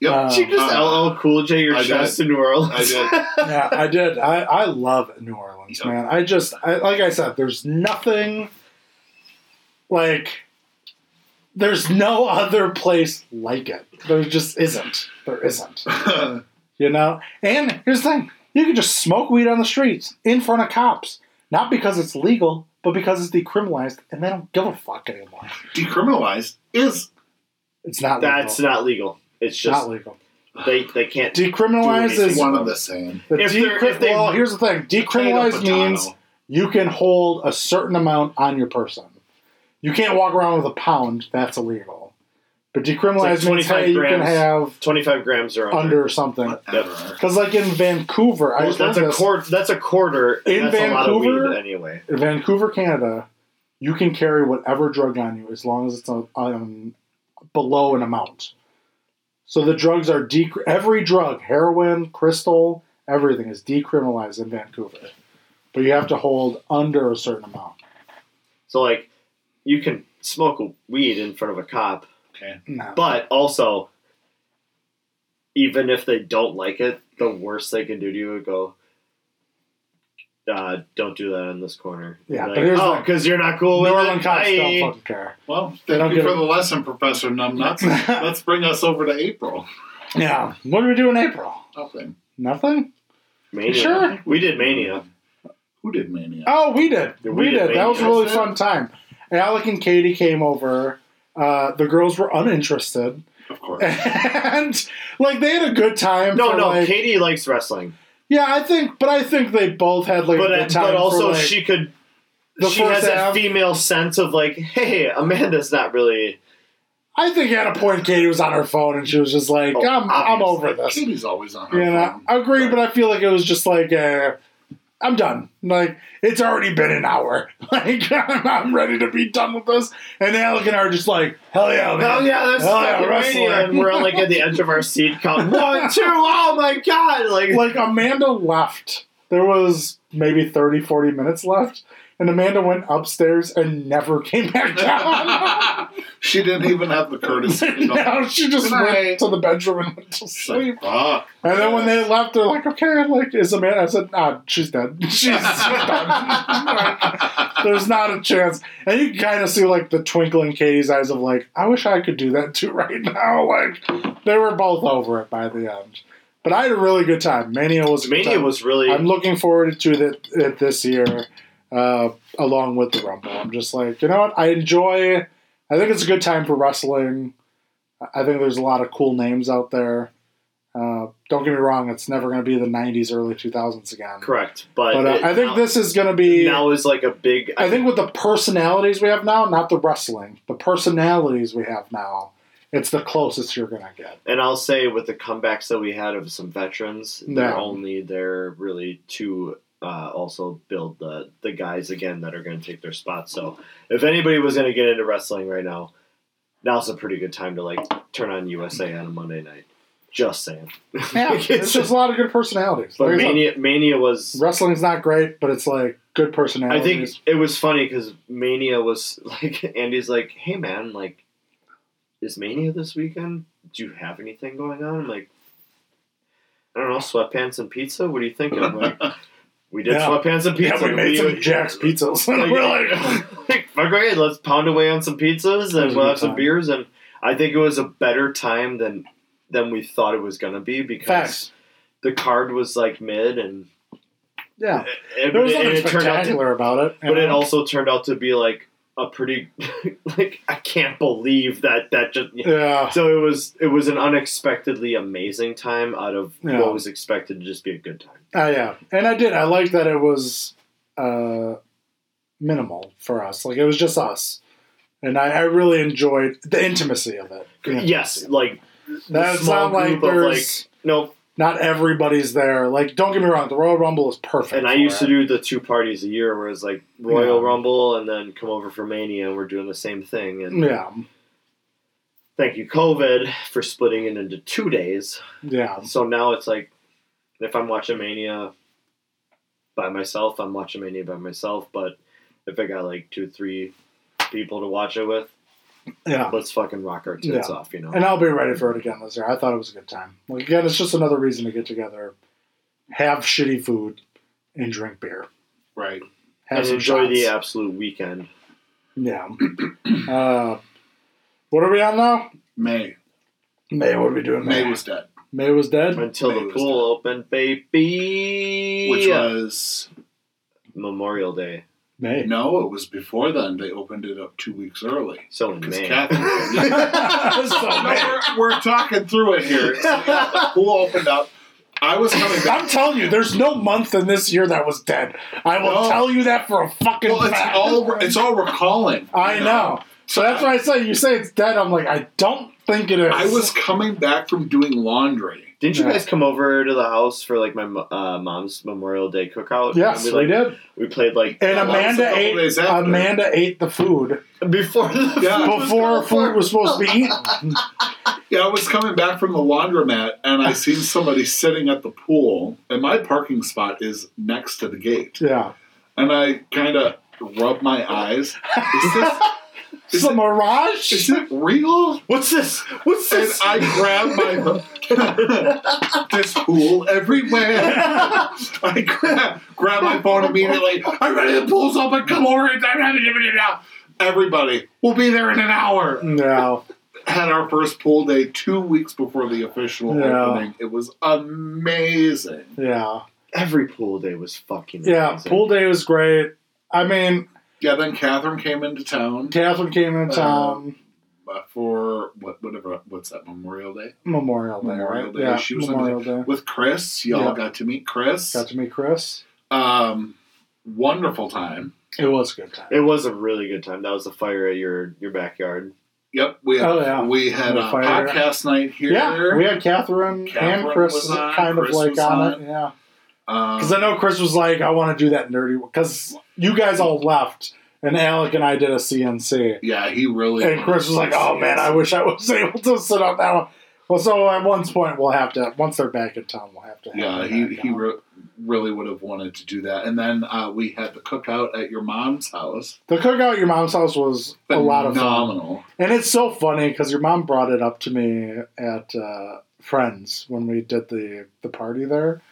Yep.
Uh,
Did you just LL Cool J your
I
chest in New Orleans?
I did.
yeah, I did. I, I love New Orleans,
Yeah.
man. I just, I, like I said, there's nothing like, there's no other place like it. There just isn't. There isn't. You know? And here's the thing you can just smoke weed on the streets in front of cops. Not because it's legal, but because it's decriminalized and they don't give a fuck anymore.
Decriminalized is
It's not legal.
That's not legal. It's
not
just
legal.
they they can't.
Decriminalize
Do
is
anything.
one of the same.
the
If they're-
decri-
if they-
well. Here's the thing: decriminalize
Potato,
means
potato.
you can hold a certain amount on your person. You can't walk around with a pound. That's illegal. But decriminalize
It's like
means hey,
25
you can
grams
have
25 grams or under.
under something.
Whatever.
Because like in Vancouver, I was
that's a
this,
quarter. That's a quarter. and
In
that's a lot of
Vancouver?
weed anyway.
in Vancouver, Canada, you can carry whatever drug on you as long as it's on, on below an amount. So the drugs are dec- every drug, heroin, crystal, everything is decriminalized in Vancouver. But you have to hold under a certain amount.
So like, you can smoke weed in front of a cop,
Okay.
No.
but also, even if they don't like it, the worst they can do to you is go. Uh, don't do that in this corner.
Yeah,
like,
but here's
oh,
the-
because you're not cool with
New
it?
Orleans cops
Bye."
don't fucking care.
Well,
They don't
thank you
get
for
it.
the lesson, Professor Numbnuts. Let's bring us over to April.
Yeah. What did we do in April?
Nothing.
Nothing?
Mania.
Sure.
We did Mania.
Who did Maniac?
Oh, we did.
Yeah,
we,
we
did.
did.
That was a really
Yeah.
fun time. Alec and Katie came over. Uh, the girls were uninterested,
Of course.
and like they had a good time.
No,
for,
no.
like-
Katie likes wrestling,
yeah, I think, but I think they both had like
but
a
uh,
good time.
but
for,
also
like-
she could.
the
She has
first
that
half.
female sense of like, hey, Amanda's not really.
I think at a point Katie was on her phone and she was just like,
Oh,
"I'm, I'm
obviously.
over this." You
Katie's always on her
know,
phone.
I agree,
Right.
but I feel like it was just like, uh, "I'm done." Like it's already been an hour. Like I'm, I'm ready to be done with this. And Alec and I are just like, "Hell yeah, Oh, man!"
Hell oh, yeah, that's
Hell yeah,
fucking
wrestling.
radio, and we're like at the edge of our seat, counting one, two, oh my god, like,
like Amanda left. There was maybe 30, 40 minutes left. And Amanda went upstairs and never came back down.
she didn't even have the courtesy. to go,
no, she just
"Good night."
went to the bedroom and went to
She's
sleep.
like, fuck.
And then when they left, they're like, okay, like, is Amanda? I said, nah, she's dead. She's done. There's not a chance. And you can kind of see, like, the twinkle in Katie's eyes of, like, I wish I could do that too right now. Like, they were both over it by the end. But I had a really good time. Mania was a good
Mania
time.
was really.
I'm looking forward to that it this year, uh, along with the Rumble. I'm just like, you know what? I enjoy. I think it's a good time for wrestling. I think there's a lot of cool names out there. Uh, don't get me wrong; it's never going to be the '90s, early 2000s again.
correct, but,
But uh,
it-
I think
now,
this is going to be.
now is like a big.
I think with the personalities we have now, not the wrestling, the personalities we have now, it's the closest you're going to get.
And I'll say with the comebacks that we had of some veterans, they're
No.
only there really to uh, also build the the guys again that are going to take their spots. So if anybody was going to get into wrestling right now, now's a pretty good time to like turn on USA on a Monday night. Just saying.
Yeah, it's just a lot of good personalities.
but
Like I said,
Mania Mania was.
wrestling's not great, but it's like good
I
personalities.
think it was funny because Mania was like Andy's like, hey man, like, is Mania this weekend? Do you have anything going on? I'm like. I don't know, sweatpants and pizza. What do you think? I'm like, We did
Yeah.
sweatpants and pizza. Oh,
Yeah, we made some Jack's pizzas. And we're like, "Oh,
like, fuck great, let's pound away on some pizzas
That was
and
a
we'll
good
have some
time.
beers. And I think it was a better time than than we thought it was gonna be because
Facts.
the card was like mid and,
yeah.
and,
There was
and
nothing
it turned out to,
spectacular about it.
but
and
it also turned out to be like a pretty like I can't believe that that just
yeah,
so it was it was an unexpectedly amazing time out of
Yeah.
what was expected to just be a good time.
Ah, yeah. And I did. I liked that it was uh, minimal for us. Like it was just us, and I, I really enjoyed the intimacy of it. The
Yes,
intimacy.
like the
that's
small
not like
group of like
there's
no
not everybody's there. Like don't get me wrong, the Royal Rumble is perfect.
And I
for
used to
it.
do the two parties a year, where it's like Royal
Yeah.
Rumble and then come over for Mania, and we're doing the same thing. And
Yeah,
thank you, COVID, for splitting it into two days.
yeah.
Um, So now it's like, if I'm watching Mania by myself, I'm watching Mania by myself. But if I got like two, three people to watch it with,
Yeah.
let's fucking rock our tits
Yeah.
off, you know?
And I'll be ready for it again this year. I thought it was a good time. Like again, it's just another reason to get together, have shitty food, and drink beer.
right.
Have
And
some
enjoy
shots.
the absolute weekend.
Yeah. Uh, what are we on now?
May.
May. What are we doing?
May was dead.
May was dead.
Until
May
the
was
pool opened, baby.
Which was
Memorial Day.
May.
no, it was before then. They opened it up two weeks early.
So in
Because
May.
Catherine
So,
No,
May.
we're, we're talking through it here. So, yeah, the pool opened up. I was coming back.
I'm telling you, there's no month in this year that was dead. I will
No.
tell you that for a fucking
Well, it's
fact.
all it's all recalling.
I
you
know. So that's why I say you say it's dead. I'm like, I don't think it is.
I was coming back from doing laundry.
Didn't you
Yeah.
guys come over to the house for like my mo- uh, mom's Memorial Day cookout?
Yes,
And we,
we
like,
did.
We played like
And
Yeah, that was
Amanda
a couple
ate.
days after.
Amanda ate the food
before the
Yeah.
food was
before
called
food
for.
was supposed to be eaten.
Yeah, I was coming back from the laundromat and I seen somebody sitting at the pool, and my parking spot is next to the gate.
Yeah,
And I kind of rubbed my eyes. Is this,
it's a mirage.
is it real?
What's this? What's
And
this?
I grabbed my this pool everywhere. I grab, grab my phone immediately. I'm ready. The pool's open. Come over. Everybody, we'll be there in an hour.
No,
Had our first pool day two weeks before the official
Yeah.
opening. It was amazing.
yeah.
every pool day was fucking
Yeah,
amazing.
pool day was great. I mean,
Yeah, then Catherine came into town
Catherine came in town
uh, for what whatever what's that Memorial Day
Memorial Day,
Memorial
right?
Day.
Yeah,
She was in
Memorial Day.
with Chris. Y'all
Yeah.
got to meet Chris.
Got to meet Chris.
Um, wonderful time.
It was a good time.
It was a really good time. That was the fire at your your backyard.
Yep, we had,
Oh, yeah.
we had
We
a
fired-
podcast night here.
Yeah, we had Catherine,
Catherine
and Chris
was on,
kind of
Chris
like
was
on,
on.
it. Yeah,
Um,
because I know Chris was like, "I want to do that nerdy," because you guys all left, and Alec and I did a CNC,
Yeah, he really.
and Chris was like, "Oh man, I wish I was able to sit on that one." Well, so at one point we'll have to. Once they're back in town, we'll have to. Have
Yeah,
them
he
back
he
on.
re- really would have wanted to do that. And then uh, we had the cookout at your mom's house.
the cookout at your mom's house was a lot of fun.
phenomenal.
And it's so funny because your mom brought it up to me at uh, Friends when we did the, the party there.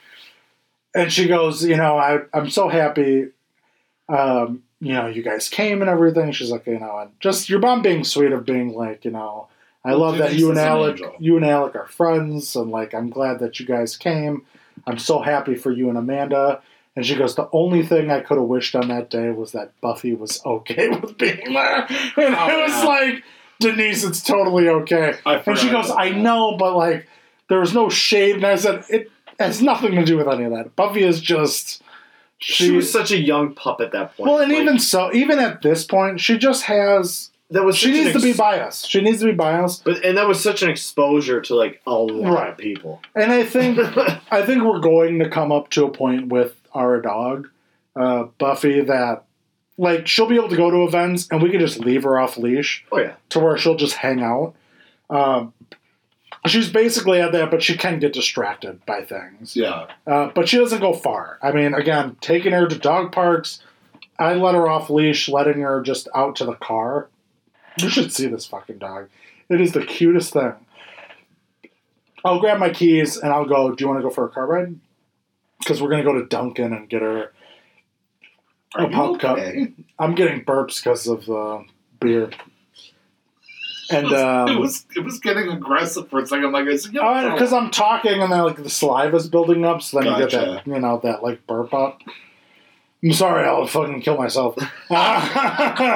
And she goes, You know, I, I'm so happy, um, you know, you guys came and everything. She's like, You know, and just your mom being sweet of being like, You know, I love that you and
Denise is an
Alec,
angel.
you and Alec are friends, and like I'm glad that you guys came. I'm so happy for you and Amanda. And she goes, the only thing I could have wished on that day was that Buffy was okay with being there. And I
Oh,
was
yeah.
like, Denise, it's totally okay.
I
And she
forgot
goes,
about
I
that.
know, but like there was no shade. And I said, it has nothing to do with any of that. Buffy is just
She,
she.
was such a young pup at that point.
well, and
Like,
even so, even at this point, she just has.
that was
She
such an
needs to be
ex-
biased. She needs to be biased.
But and that was such an exposure to like a lot
Right.
of people. Oh,
And I think I think we're going to come up to a point with our dog, uh, Buffy, that like she'll be able to go to events and we can just leave her off leash
oh yeah,
to where she'll just hang out. Um, she's basically at that, but she can get distracted by things.
Yeah,
Uh, but she doesn't go far. I mean, again, taking her to dog parks, I let her off leash, letting her just out to the car. You should see this fucking dog. It is the cutest thing. I'll grab my keys and I'll go. Do you want to go for a car ride? Because we're gonna go to Dunkin' and get her.
Are
A
you
pop cup.
okay?
I'm getting burps because of the beer. And
it, was, it
um, Oh,
was it was getting aggressive for a second. I'm like, is he gonna-
because I'm talking and then like the saliva's building up, so then you
Gotcha.
get that you know that like burp up. I'm sorry, I'll fucking kill myself. but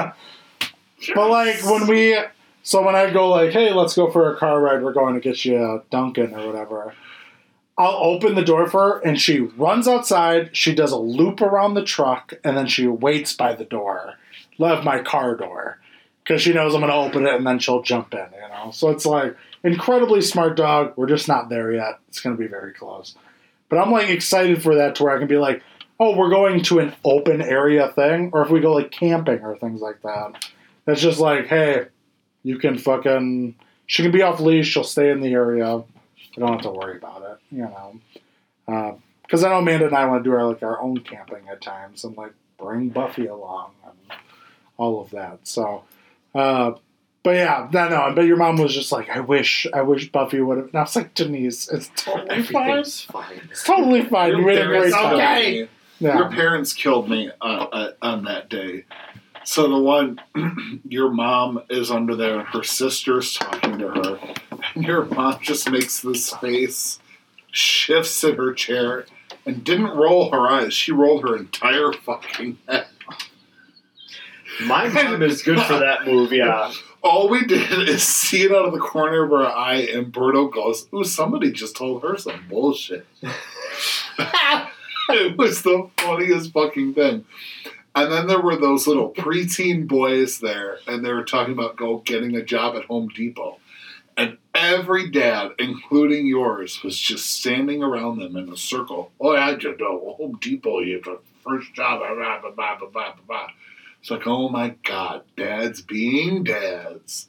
like when we, so when I go like, hey, let's go for a car ride. We're going to get you a Dunkin' or whatever. I'll open the door for her, and she runs outside. She does a loop around the truck, and then she waits by the door, left my car door, because she knows I'm going to open it, and then she'll jump in. You know, so it's like incredibly smart dog. We're just not there yet. It's going to be very close. But I'm like excited for that to where I can be like, oh, we're going to an open area thing, or if we go like camping or things like that. That's just like, hey, you can fucking she can be off leash. She'll stay in the area. I don't have to worry about it. You know, because I know Amanda and I want to do our like our own camping at times and like bring Buffy along and all of that. So. Uh, but yeah, no, no. I bet your mom was just like, "I wish, I wish Buffy would have." And I was like, "Denise, it's totally fine.
everything's fine.
It's totally fine. You
Your
had a great
parents
time."
killed
okay.
me.
Yeah.
Your parents killed me uh, uh, on that day. So the one, your mom is under there, and her sister's talking to her, and your mom just makes this face, shifts in her chair, and didn't roll her eyes. She rolled her entire fucking head.
My mom is good for that movie. Yeah.
All we did is see it out of the corner of her eye, and Berto goes, "Ooh, somebody just told her some bullshit." it was the funniest fucking thing. And then there were those little preteen boys there, and they were talking about go getting a job at Home Depot. And every dad, including yours, was just standing around them in a circle. Oh, I just know Home Depot, you have the first job. Blah, blah, blah, blah, blah, blah, blah. It's like, oh my God, dads being dads.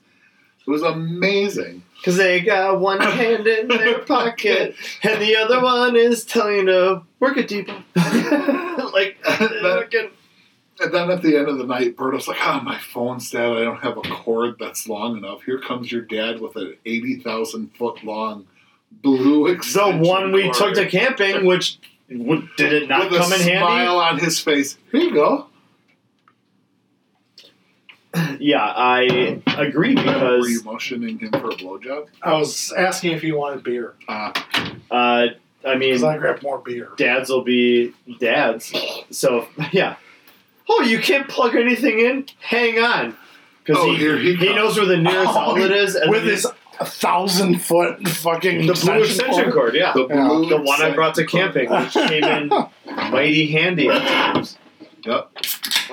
It was amazing.
Cause they got one hand in their pocket and the other one is telling you to work it deep. like fucking-
And then at the end of the night, Berto's like, ah, my phone's dead. I don't have a cord that's long enough. Here comes your dad with an 80,000 foot long blue
the
extension
one we took
cord
to camping, which w- did it not
with
come
a
in
smile on his face. Here you go.
handy? Yeah, I agree
Were
because
you motioning him for a blowjob?
I was asking if you wanted beer.
Uh,
uh, I mean,
Because I grabbed more beer.
dads will be dads. So yeah. Oh, you can't plug anything in. Hang on, because
Oh,
he,
here he
he
comes.
knows where the nearest
Oh,
outlet is, and
With
then
his thousand foot fucking
the blue extension cord. Yeah,
The,
Yeah.
blue
the one I brought to
extension
camping, which came in mighty handy at times.
Yep.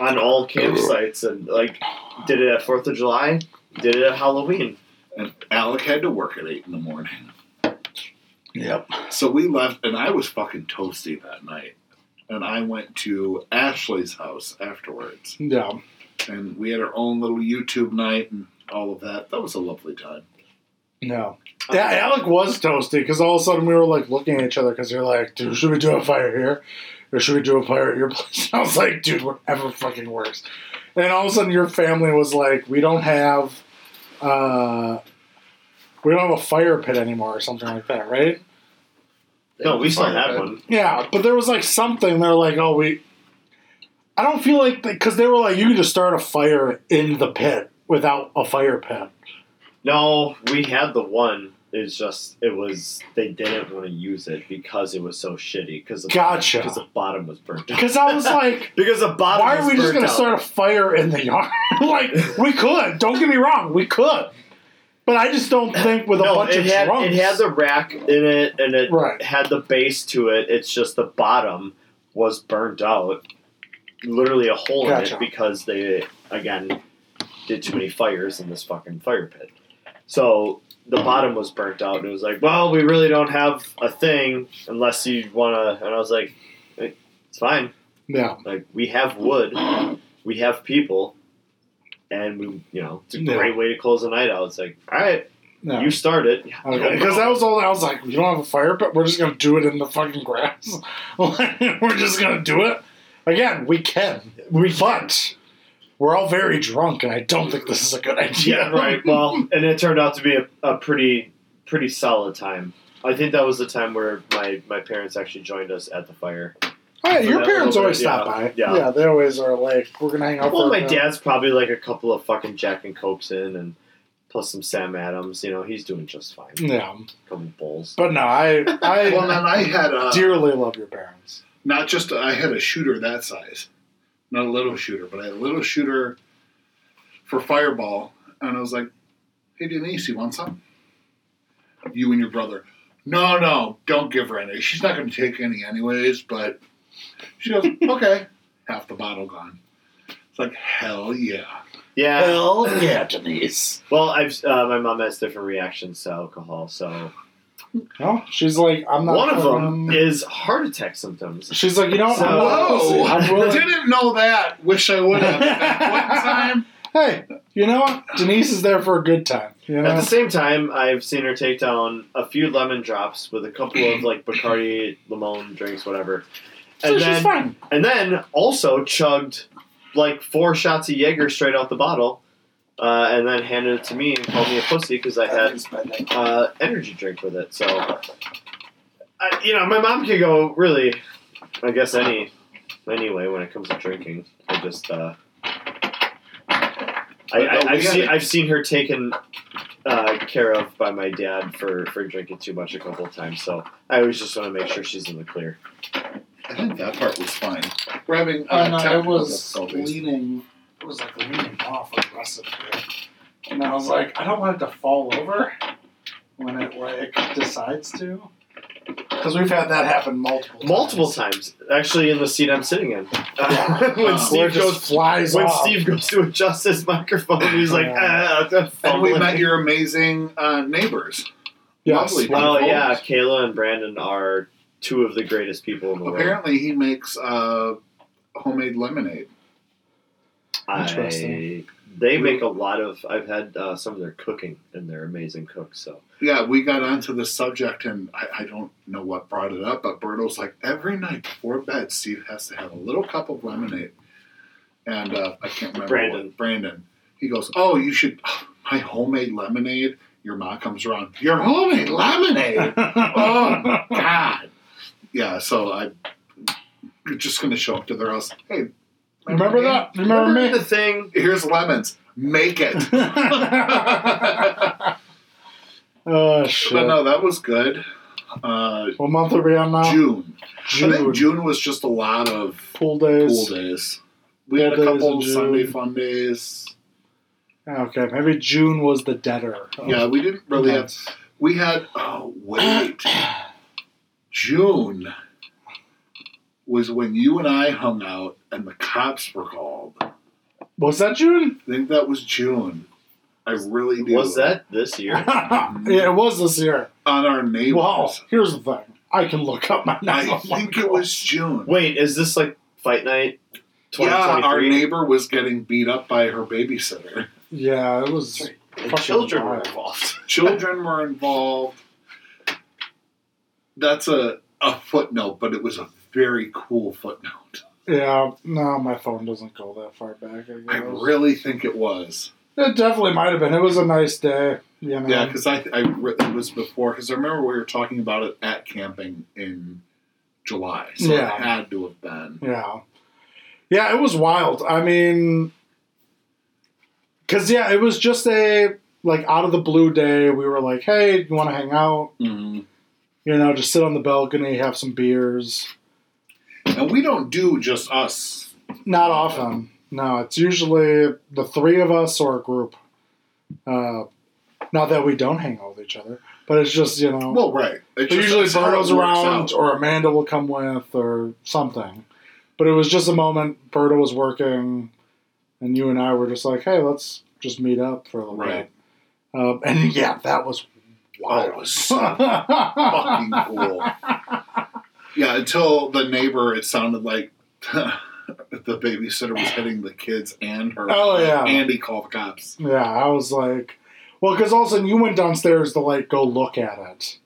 On all campsites and like did it at Fourth of July, did it at Halloween.
And Alec had to work at eight in the morning.
Yep.
So we left, and I was fucking toasty that night. And I went to Ashley's house afterwards,
Yeah.
and we had our own little YouTube night and all of that. That was a lovely time.
No. Yeah, Alec was toasty because all of a sudden we were like looking at each other because you're like, dude, should we do a fire here? Or should we do a fire at your place? I was like, dude, whatever fucking works. And all of a sudden your family was like, we don't have, uh, we don't have a fire pit anymore or something like that, right?
No, we still
Fire
had
pit.
one.
Yeah, but there was like something. They're like, oh, we. I don't feel like because they were like, you can just start a fire in the pit without a fire pit.
No, we had the one. It's just it was they didn't want to use it because it was so shitty. Because
Gotcha.
Because the bottom was burnt out.
Because I was like,
Because the bottom.
Why are
was
we just
burnt
going to
out.
start a fire in the yard? like, we could. Don't get me wrong. We could. But I just don't think with a
no,
bunch
it
of
had
drunks.
it had the rack in it, and it
Right.
had the base to it. It's just the bottom was burnt out, literally a hole in
Gotcha.
it because they again did too many fires in this fucking fire pit. So the bottom was burnt out, and it was like, well, we really don't have a thing unless you want to. And I was like, "Eh, it's fine.
yeah.
Like we have wood, we have people, and we, you know, it's a
Yeah.
great way to close the night out. It's like, all right,
No.
you start it.
Okay, Because that was all I was like, we don't have a fire pit. We're just going to do it in the fucking grass. Like, we're just going to do it. Again, we can. We But we're all very drunk, and I don't think this is a good idea.
Yeah, right. Well, and it turned out to be a, a pretty pretty solid time. I think that was the time where my, my parents actually joined us at the fire.
Oh, yeah, your
Yeah,
parents
a little
always
bit,
stop
yeah.
by.
Yeah.
they always are like, we're going to hang out
Well,
for
my
a bit.
dad's probably like a couple of fucking Jack and Cokes in, and plus some Sam Adams. You know, he's doing just fine.
Yeah.
couple bowls.
But no, I, I
Well, then I had
uh,
a,
dearly love your parents.
not just I had a shooter that size, not a little shooter, but I had a little shooter for Fireball, and I was like, "Hey Denise, you want some?" You and your brother. No, no, don't give her any. She's not going to take any anyways. But she goes, "Okay." Half the bottle gone. It's like hell yeah.
Yeah.
yeah, Denise.
Well, I've uh, my mom has different reactions to alcohol, so
No, she's like, I'm not.
one of them
fucking-
is heart attack symptoms.
She's like, you know,
So-
I'm not
Whoa!
pussy. I'm willing-
Didn't know that. Wish I would have. At one time,
Hey, you know what? Denise is there for a good time. You
At
know?
the same time, I've seen her take down a few lemon drops with a couple of like Bacardi Limon drinks, whatever.
so
And
she's
then,
fine.
and then also chugged like four shots of Jaeger straight out the bottle, uh, and then handed it to me and called me a pussy because I had uh, energy drink with it. So, I, you know, my mom could go really, I guess any anyway when it comes to drinking. I just, uh, I, I, I've seen I've seen her taken uh, care of by my dad for for drinking too much a couple of times. So I always just want to make sure she's in the clear.
I think that part was fine. We're having uh,
Oh, no, I
technical
was
difficulties.
leaning. It was like leaning off aggressively, and I was like, I don't want it to fall over when it like decides to, because we've had that happen multiple
Multiple
times.
times, actually, in the seat I'm sitting in. Uh, when
Uh,
Where it
Steve
just
goes,
flies
when
off.
Steve goes to adjust his microphone, he's like, ah,
And we
fumbling.
met your amazing uh, neighbors.
yes.
lovely.
Oh
Unfolds.
yeah, Kayla and Brandon are two of the greatest people in the world.
Apparently, he makes uh, homemade lemonade.
I,
Interesting.
they make a lot of. I've had uh, some of their cooking, and they're amazing cooks. So
Yeah, we got onto this subject, and I, I don't know what brought it up, but Berto's like, every night before bed, Steve has to have a little cup of lemonade. And uh, I can't remember
Brandon.
what. Brandon. He goes, oh, you should, my homemade lemonade. Your mom comes around, your homemade lemonade. oh, God. Yeah, so I, you're just going to show up to their house. Hey,
Remember that? Remember,
remember
me?
the thing.
Here's lemons. Make it.
oh, shit.
But no, that was good. uh,
Oh, What month are we on now?
June. I
Oh. June.
think June was just a lot of
Pool days.
pool days. We had a
Pool days in
couple
June.
Sunday fun days.
Okay, maybe June was the debtor.
Yeah, we didn't really have.
That's-
We had. Oh wait, June was when you and I hung out and the cops were called. I
Was that June?
think that was June. I really do.
Was that this year?
yeah, it was this year.
on our neighbors?
Well, here's the thing. I can look up Oh my
I
911
think it
call.
was June.
Wait, is this like Fight Night?
Yeah, our
2023?
neighbor was getting beat up by her babysitter.
Yeah, it was.
And
fucking
children were
wild.
involved.
Children were involved. That's a, a footnote, but it was a very cool footnote.
Yeah, no, my phone doesn't go that far back. I guess.
I really think it was.
it definitely might have been. It was a nice day. You know?
Yeah, because I, I re- it was before because I remember we were talking about it at camping in July, so
Yeah.
it had to have been.
Yeah. Yeah, it was wild. I mean, because, yeah, it was just a, like, out of the blue day. We were like, hey, you want to hang out?
Mm-hmm.
You know, just sit on the balcony, have some beers.
And we don't do just us.
Not often. No, it's usually the three of us or a group. Uh, not that we don't hang out with each other, but it's just, you know.
Well, right. It
But usually
that's how it
Burrow's
works
around
out.
or Amanda will come with or something. But it was just a moment Berta was working and you and I were just like, hey, let's just meet up for a little
Right.
bit. Um, and yeah, that was
Oh,
wild.
it was so fucking cool. Yeah, until the neighbor, it sounded like the babysitter was hitting the kids and her.
Oh, yeah.
And he called the cops.
yeah, I was like, well, because all of a sudden you went downstairs to like go look at it.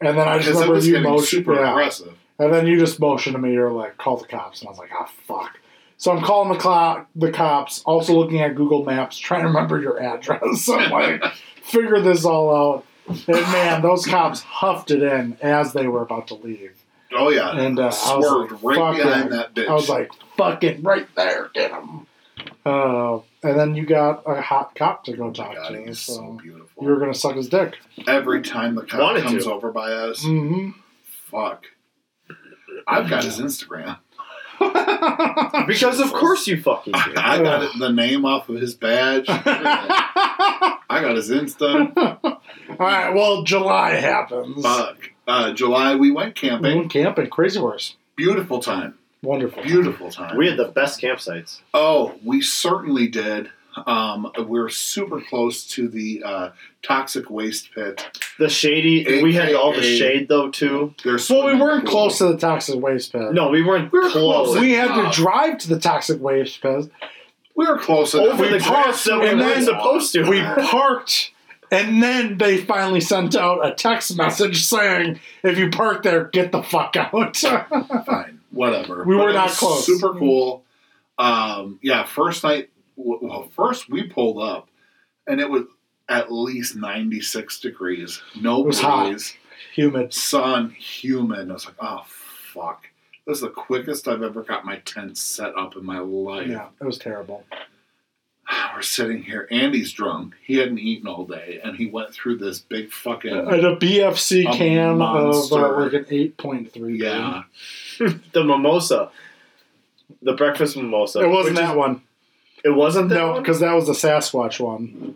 And then I just
Because it
remember
was
you
getting
motioned.
super
yeah.
aggressive.
And then you just motioned to me, you're like, call the cops. And I was like, oh, fuck. So I'm calling the, clo- the cops, also looking at Google Maps, trying to remember your address. So I'm like, figure this all out. And man, those cops huffed it in as they were about to leave.
Oh, yeah.
And uh, I was
Swerved
like,
right
fuck
behind
it.
that bitch.
I was like, fucking right there, get him. Uh, and then you got a hot cop to go
Oh my
talk
God,
to.
he's
So,
so beautiful.
you were going to suck his dick.
Every time the cop
Wanted
comes
to.
over by us,
Mm
fuck. I've got his Instagram.
hmm.
Because of course you fucking did.
I got it- the name off of his badge. I got his Insta.
All right. Well, July happens.
Fuck. Uh, July, we went
We
camping.
went camping. Crazy horse.
Beautiful time.
Wonderful.
Beautiful time.
We had the best campsites.
Oh, we certainly did. Um, we are super close to the uh, toxic waste pit.
The shady. We had all the
AKA.
shade though too.
There's
Well, we weren't close to the toxic waste pit.
No, we weren't
We were
close.
close.
We had
No.
to drive to the toxic waste pit.
We were close enough.
Over
We
the grass
parked
that we
and
weren't
then
supposed to.
We parked, and then they finally sent out a text message saying, "If you park there, get the fuck out."
Fine, whatever.
We were
it
not
was
close.
Super cool. Um, yeah, first night. w- Well, first we pulled up, and it was at least 96 degrees. No
It was hot.
breeze,
Humid.
sun, humid. I was like, oh fuck. This is the quickest I've ever got my tent set up in my life.
Yeah, it was terrible.
We're sitting here. Andy's drunk. He hadn't eaten all day, and he went through this big fucking
Uh,
And a BFC
A
can of
monster.
uh, like an eight point three.
uh,
yeah.
the mimosa, the breakfast mimosa.
It wasn't
which
that one.
is- It wasn't that
No,
one?
because that was the Sasquatch one.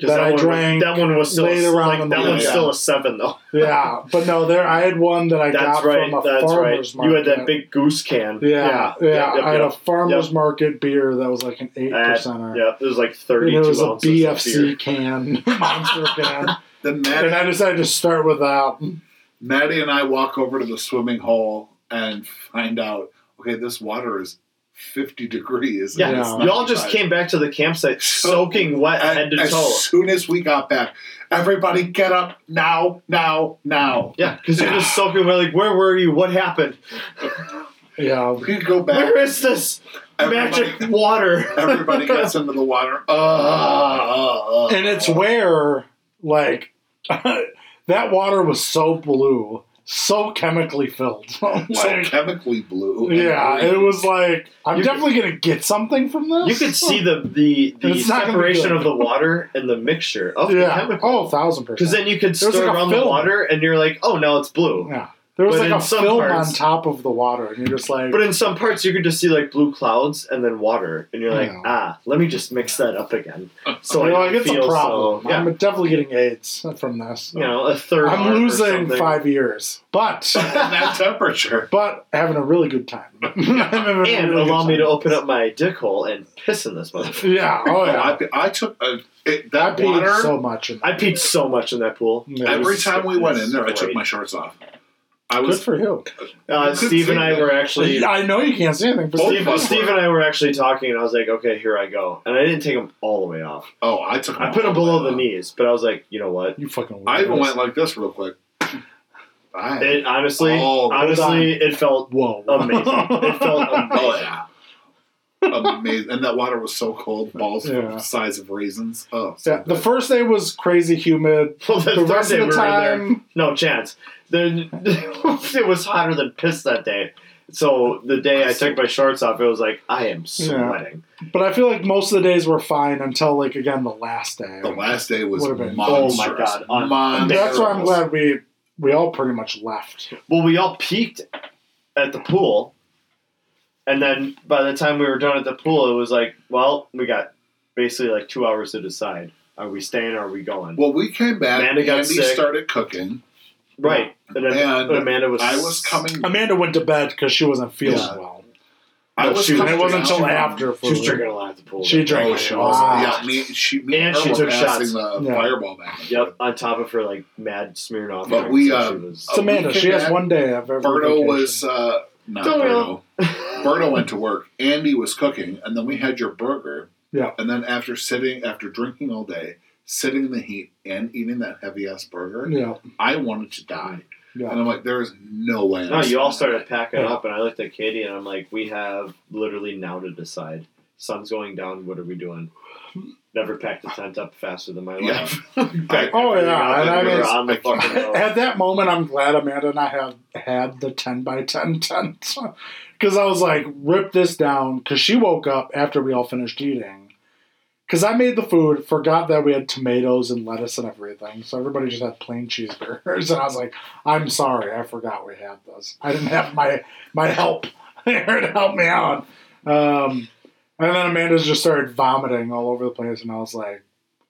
'Cause
that I
one was-
drank
that one was still
later
a,
on
like,
in the
that one's
weekend.
still a seven though.
Yeah, but no, there I had one that I
That's
got
right.
from a
That's right.
farmer's market.
You had that big goose can.
Yeah, yeah.
Yep, yep,
I had
yep.
a farmer's
Yep.
market beer that was like an eight
Uh,
percenter.
Yeah, E it was like
And
thirty-two
it was a
ounces of beer.
BFC can, monster can.
The
And
Maddie,
I decided to start with that.
Maddie and I walk over to the swimming hole and find out. Okay, this water is 50 degrees. and
Yeah,
it's
Yeah.
y'all just
95.
came back to the campsite soaking wet
And
head to
as
toe.
soon as we got back, everybody get up now, now, now.
Yeah, because you're just soaking wet. Like, where were you? What happened?
Yeah.
We could go back.
Where is this
Everybody,
magic water?
everybody gets into the water. Uh, uh, uh,
And it's where like that water was so blue. so chemically filled.
so
Oh
Like,
chemically blue. and
yeah,
green.
it was like I'm
You could-
definitely gonna get something from this.
You could see the the, the
It's not gonna be
separation
good.
of the water and the mixture of the
yeah,
chemical.
oh, a thousand
Because
percent.
then you could
It was
stir
like a
around the
film.
water and you're like, oh, now it's blue.
there was
but
like
in
a
some
film
parts-
on top of the water, and you're just like,
But in some parts, you could just see like blue clouds and then water, and you're like,
Yeah.
ah, let me just mix that up again. So
you're
I
like, it's a
feel
problem.
So, yeah,
I'm definitely getting AIDS from this.
you know, a third. arm
I'm
or
losing
something.
five years, but
and that temperature.
but having a really good time. and
And allow me to open up my dick hole and piss in this motherfucker.
Yeah. Oh yeah.
I, I took a, it,
I
that water.
peed so much. In
I peed so much in that pool.
Yeah.
every
It
time we went in there, I
was
took my shorts off. I
Good
was
for you.
great. Uh,
You could
Steve and
see
I
that.
were actually.
I know you can't see anything, but
Both
Steve,
Steve,
of us
Steve
were.
and I were actually talking, and I was like, "Okay, here I go," and I didn't take them all the way off.
oh, I took.
I
my-
put them below the knees, but I was like, you know what?
you fucking.
I even
weirdos.
went like this real quick. I,
It honestly,
Oh,
honestly, it felt
Whoa!
amazing. It felt amazing.
oh yeah. Amazing, and that water was so cold. Balls
Yeah.
the size of raisins. Oh, so
Yeah, the
good.
first day was crazy humid.
Well, the,
The
third
rest
day
of
we
the
were in there,
time,
no chance. Then it was hotter than piss that day. So the day I took my shorts off, it was like I am sweating.
but I feel like most of the days were fine until like again the last day.
the last day was
Would've been-
Oh
monstrous.
my God, un-
monstrous.
That's why I'm glad we we all pretty much left.
Well, we all peaked at the pool, and then by the time we were done at the pool, it was like, well, we got basically like two hours to decide: are we staying or are we going?
Well, we came back.
Amanda
Andy
got sick.
started cooking.
right. And then
And
Amanda was.
I was coming.
Amanda went to bed because she wasn't feeling
Yeah.
well.
I
No,
was
she-
coming
And it wasn't
down.
until after.
She
For
was drinking a lot at the pool.
She drank
Oh,
a
she
lot.
was. Yeah, me. She me
And
and
she
her
took
were passing
shots.
the
Yeah.
fireball back. and
Yep, on top of her like mad Smirnoff.
But
drink,
we,
so
uh,
she was-
It's Amanda.
We came
She has
back.
one day of every.
Berto
vacation.
was uh, not
Don't we
Berto. Berto went to work. Andy was cooking, and then we had your burger.
Yeah.
And then after sitting, after drinking all day, sitting in the heat and eating that heavy ass burger,
Yeah.
I wanted to die.
Yeah.
And I'm like, there is no way.
no,
I'm
you all
staying.
started packing
Yeah.
up, and I looked at Katie, and I'm like, "We have literally now to decide. Sun's going down. What are we doing?" Never packed a tent up faster than my
Yeah.
life.
I-
Oh, yeah, and I
we were
was-
on the
I-
fucking road.
At that moment, I'm glad Amanda and I had had the 10 by 10 tent. Because I was like, rip this down. Because she woke up after we all finished eating. Because I made the food, forgot that we had tomatoes and lettuce and everything. So everybody just had plain cheeseburgers. And I was like, I'm sorry, I forgot we had this. I didn't have my, my help there to help me out. Um, and then Amanda just started vomiting all over the place. And I was like,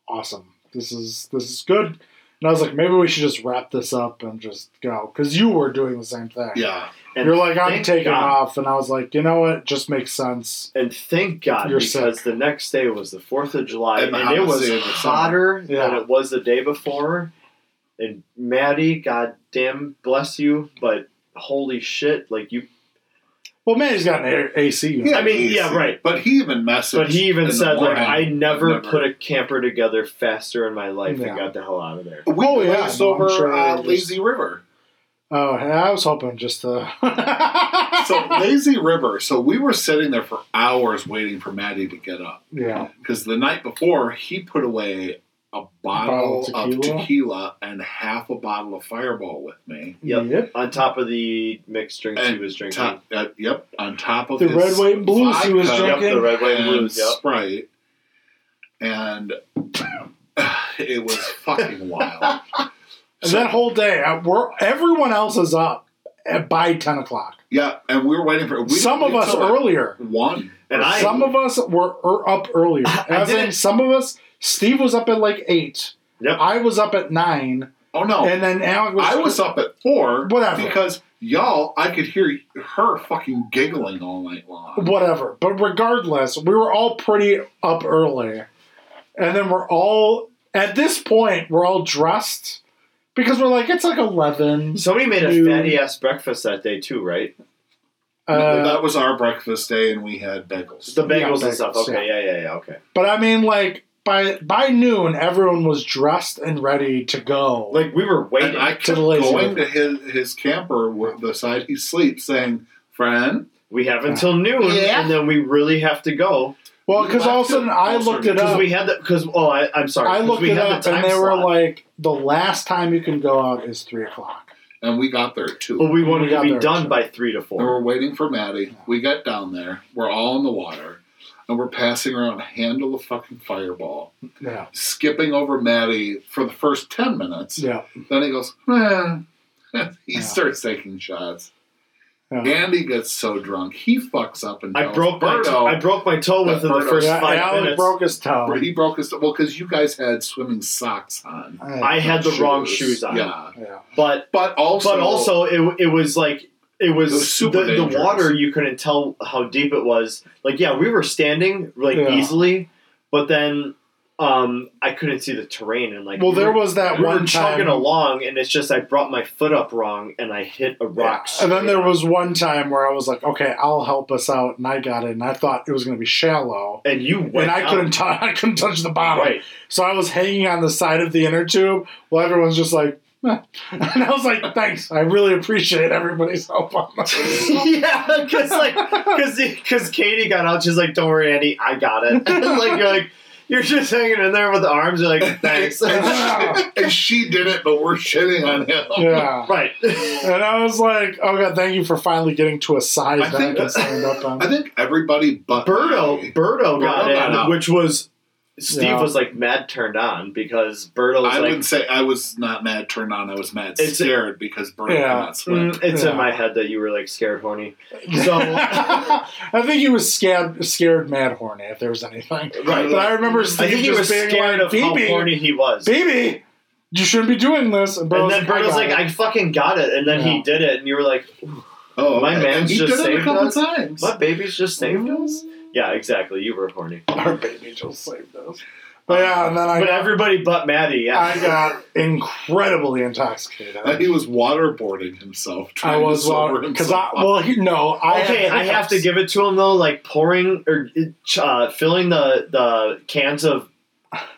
awesome. This is this is good. And I was like, maybe we should just wrap this up and just go. Because you were doing the same thing.
Yeah.
And
You're like, I'm
thank
taking
God-
off. And I was like, you know what? Just makes sense.
And thank God
You're
because the next day was the Fourth of July,
And
and,
the
it was
hottest day of the summer.
hotter than
Yeah.
it was the day before. And Maddie, God damn, bless you, but holy shit, like you
Well, man, he's got an A- AC unit.
I mean,
he's-
yeah, right.
But he even messaged.
But he
in
even
the
said, like,
morning.
I never,
Never.
put a camper together faster in my life
Yeah.
and got the hell out of there.
We
Oh, yeah,
glazed
no, I'm
over
sure
uh,
it was-
Lazy River.
Oh, and I was hoping just to.
So Lazy River. So we were sitting there for hours waiting for Maddie to get up.
yeah.
because the night before he put away a bottle,
Bottle of
of tequila and half a bottle of Fireball with me.
Yep.
Yep.
On top of the mixed drinks he
And
was drinking.
Top, uh, yep, on top of
The
his
red, white, and blues he was
vodka
yep,
drinking.
the red, white, and
and
blues. Yep.
Sprite, and it was fucking wild.
And that whole day, uh, we're, everyone else is up at, by 10 o'clock.
yeah, and we were waiting for we
some of
we
us
took
earlier.
One,
And I,
some of us were er, up earlier.
I
As in,
didn't-
some of us, Steve was up at like 8.
Yep.
I was up at 9.
oh no,
And then Alec was.
I was up at four,
Whatever.
because y'all, I could hear her fucking giggling all night long.
Whatever. But regardless, we were all pretty up early. And then we're all. At this point, we're all dressed because we're like, it's like 11.
somebody made a
Dude.
fatty ass breakfast that day too, right?
No,
Uh,
that was our breakfast day, and we had bagels.
The bagels
bagels,
and stuff. Okay, yeah, yeah, yeah. Okay.
but I mean, like, by, by noon, everyone was dressed and ready to go.
Like we were waiting.
And I
To
kept
the lazy
going
river.
to his his camper, with the side he sleeps, saying, "Friend,
we have until noon,
Yeah.
and then we really have to go
well, because all of a sudden I
Also,
looked it
because
up.
we had the because oh I, I'm sorry
I
'cause
looked
we
it
had
up,
the time
and they were
slot.
like, the last time you can go out is 3 o'clock.
and we got there at two.
But we wanted
We got
to be
there.
done by three to
And
four.
we're waiting for Maddie. We get down there. We're all in the water. And we're passing around a handle of fucking fireball,
Yeah.
skipping over Maddie for the first 10 minutes.
Yeah.
Then he goes, man. he
Yeah.
starts taking shots.
Yeah.
Andy gets so drunk, he fucks up and
I
tells
broke my
Berto-
I broke my toe
Yeah,
within the
Birdo.
first
Yeah,
five
Alec
minutes.
broke his toe.
he broke his well because you guys had swimming socks on.
I had the wrong shoes on.
Yeah,
Yeah.
But
but also,
but also it it was like it was,
It was
the,
super
the
dangerous.
water you couldn't tell how deep it was. Like yeah, we were standing like
Yeah.
easily, but then um I couldn't see the terrain and like
Well,
we
there
were-
was that
we were
one
chugging
time.
along and it's just I brought my foot up wrong and I hit a rock.
And then
straight
there
on.
was one time where I was like, okay, I'll help us out. And I got in. I thought it was going to be shallow.
and you went
and I
down.
couldn't, t- I couldn't touch the bottom.
right.
So I was hanging on the side of the inner tube while everyone's just like, "Meh." and I was like, thanks. I really appreciate everybody's help on this.
yeah, because like, because because Katie got out, she's like, "Don't worry, Andy, I got it." And like you're like, you're just hanging in there with the arms. You're like, "Thanks."
and, she, and she did it, but we're shitting on him.
yeah.
right.
And I was like, oh God, thank you for finally getting to a size
I
that I
think-
can stand up on.
I think everybody but
Birdo,
me.
Birdo got
Birdo got
in,
out.
which was Steve
Yeah.
was like mad turned on because Birdo was
I
like,
wouldn't say I was not mad turned on. I was mad
It's-
scared because Birdo
Yeah.
cannot swim.
"Mm, "It's
Yeah.
in my head that you were like scared horny." So
I think he was scared, scared mad horny, if there was anything.
Right.
But I
Oh,
remember
I
Steve
think he
just
was
being
scared
like,
of how
"Phoebe,
horny he was.
Phoebe, you shouldn't be doing this. And,
And then Birdo's
got
like,
it.
"I fucking got it," and then
Yeah.
he did it, and you were like,
Oh,
My
okay.
man's
and he
just
did it a
saved
couple
us?
times.
"What babies just saved us?" Yeah, exactly. You were horny.
our baby just saved us. But yeah, and then I
Oh. but uh, everybody but Maddie, yeah.
I got incredibly intoxicated.
That Uh, he was waterboarding himself.
I
Trying
was
to sober
because I
himself up.
well he- no I
okay,
had
I have to
hiccups.
give it to him though. Like pouring or uh, filling the the cans of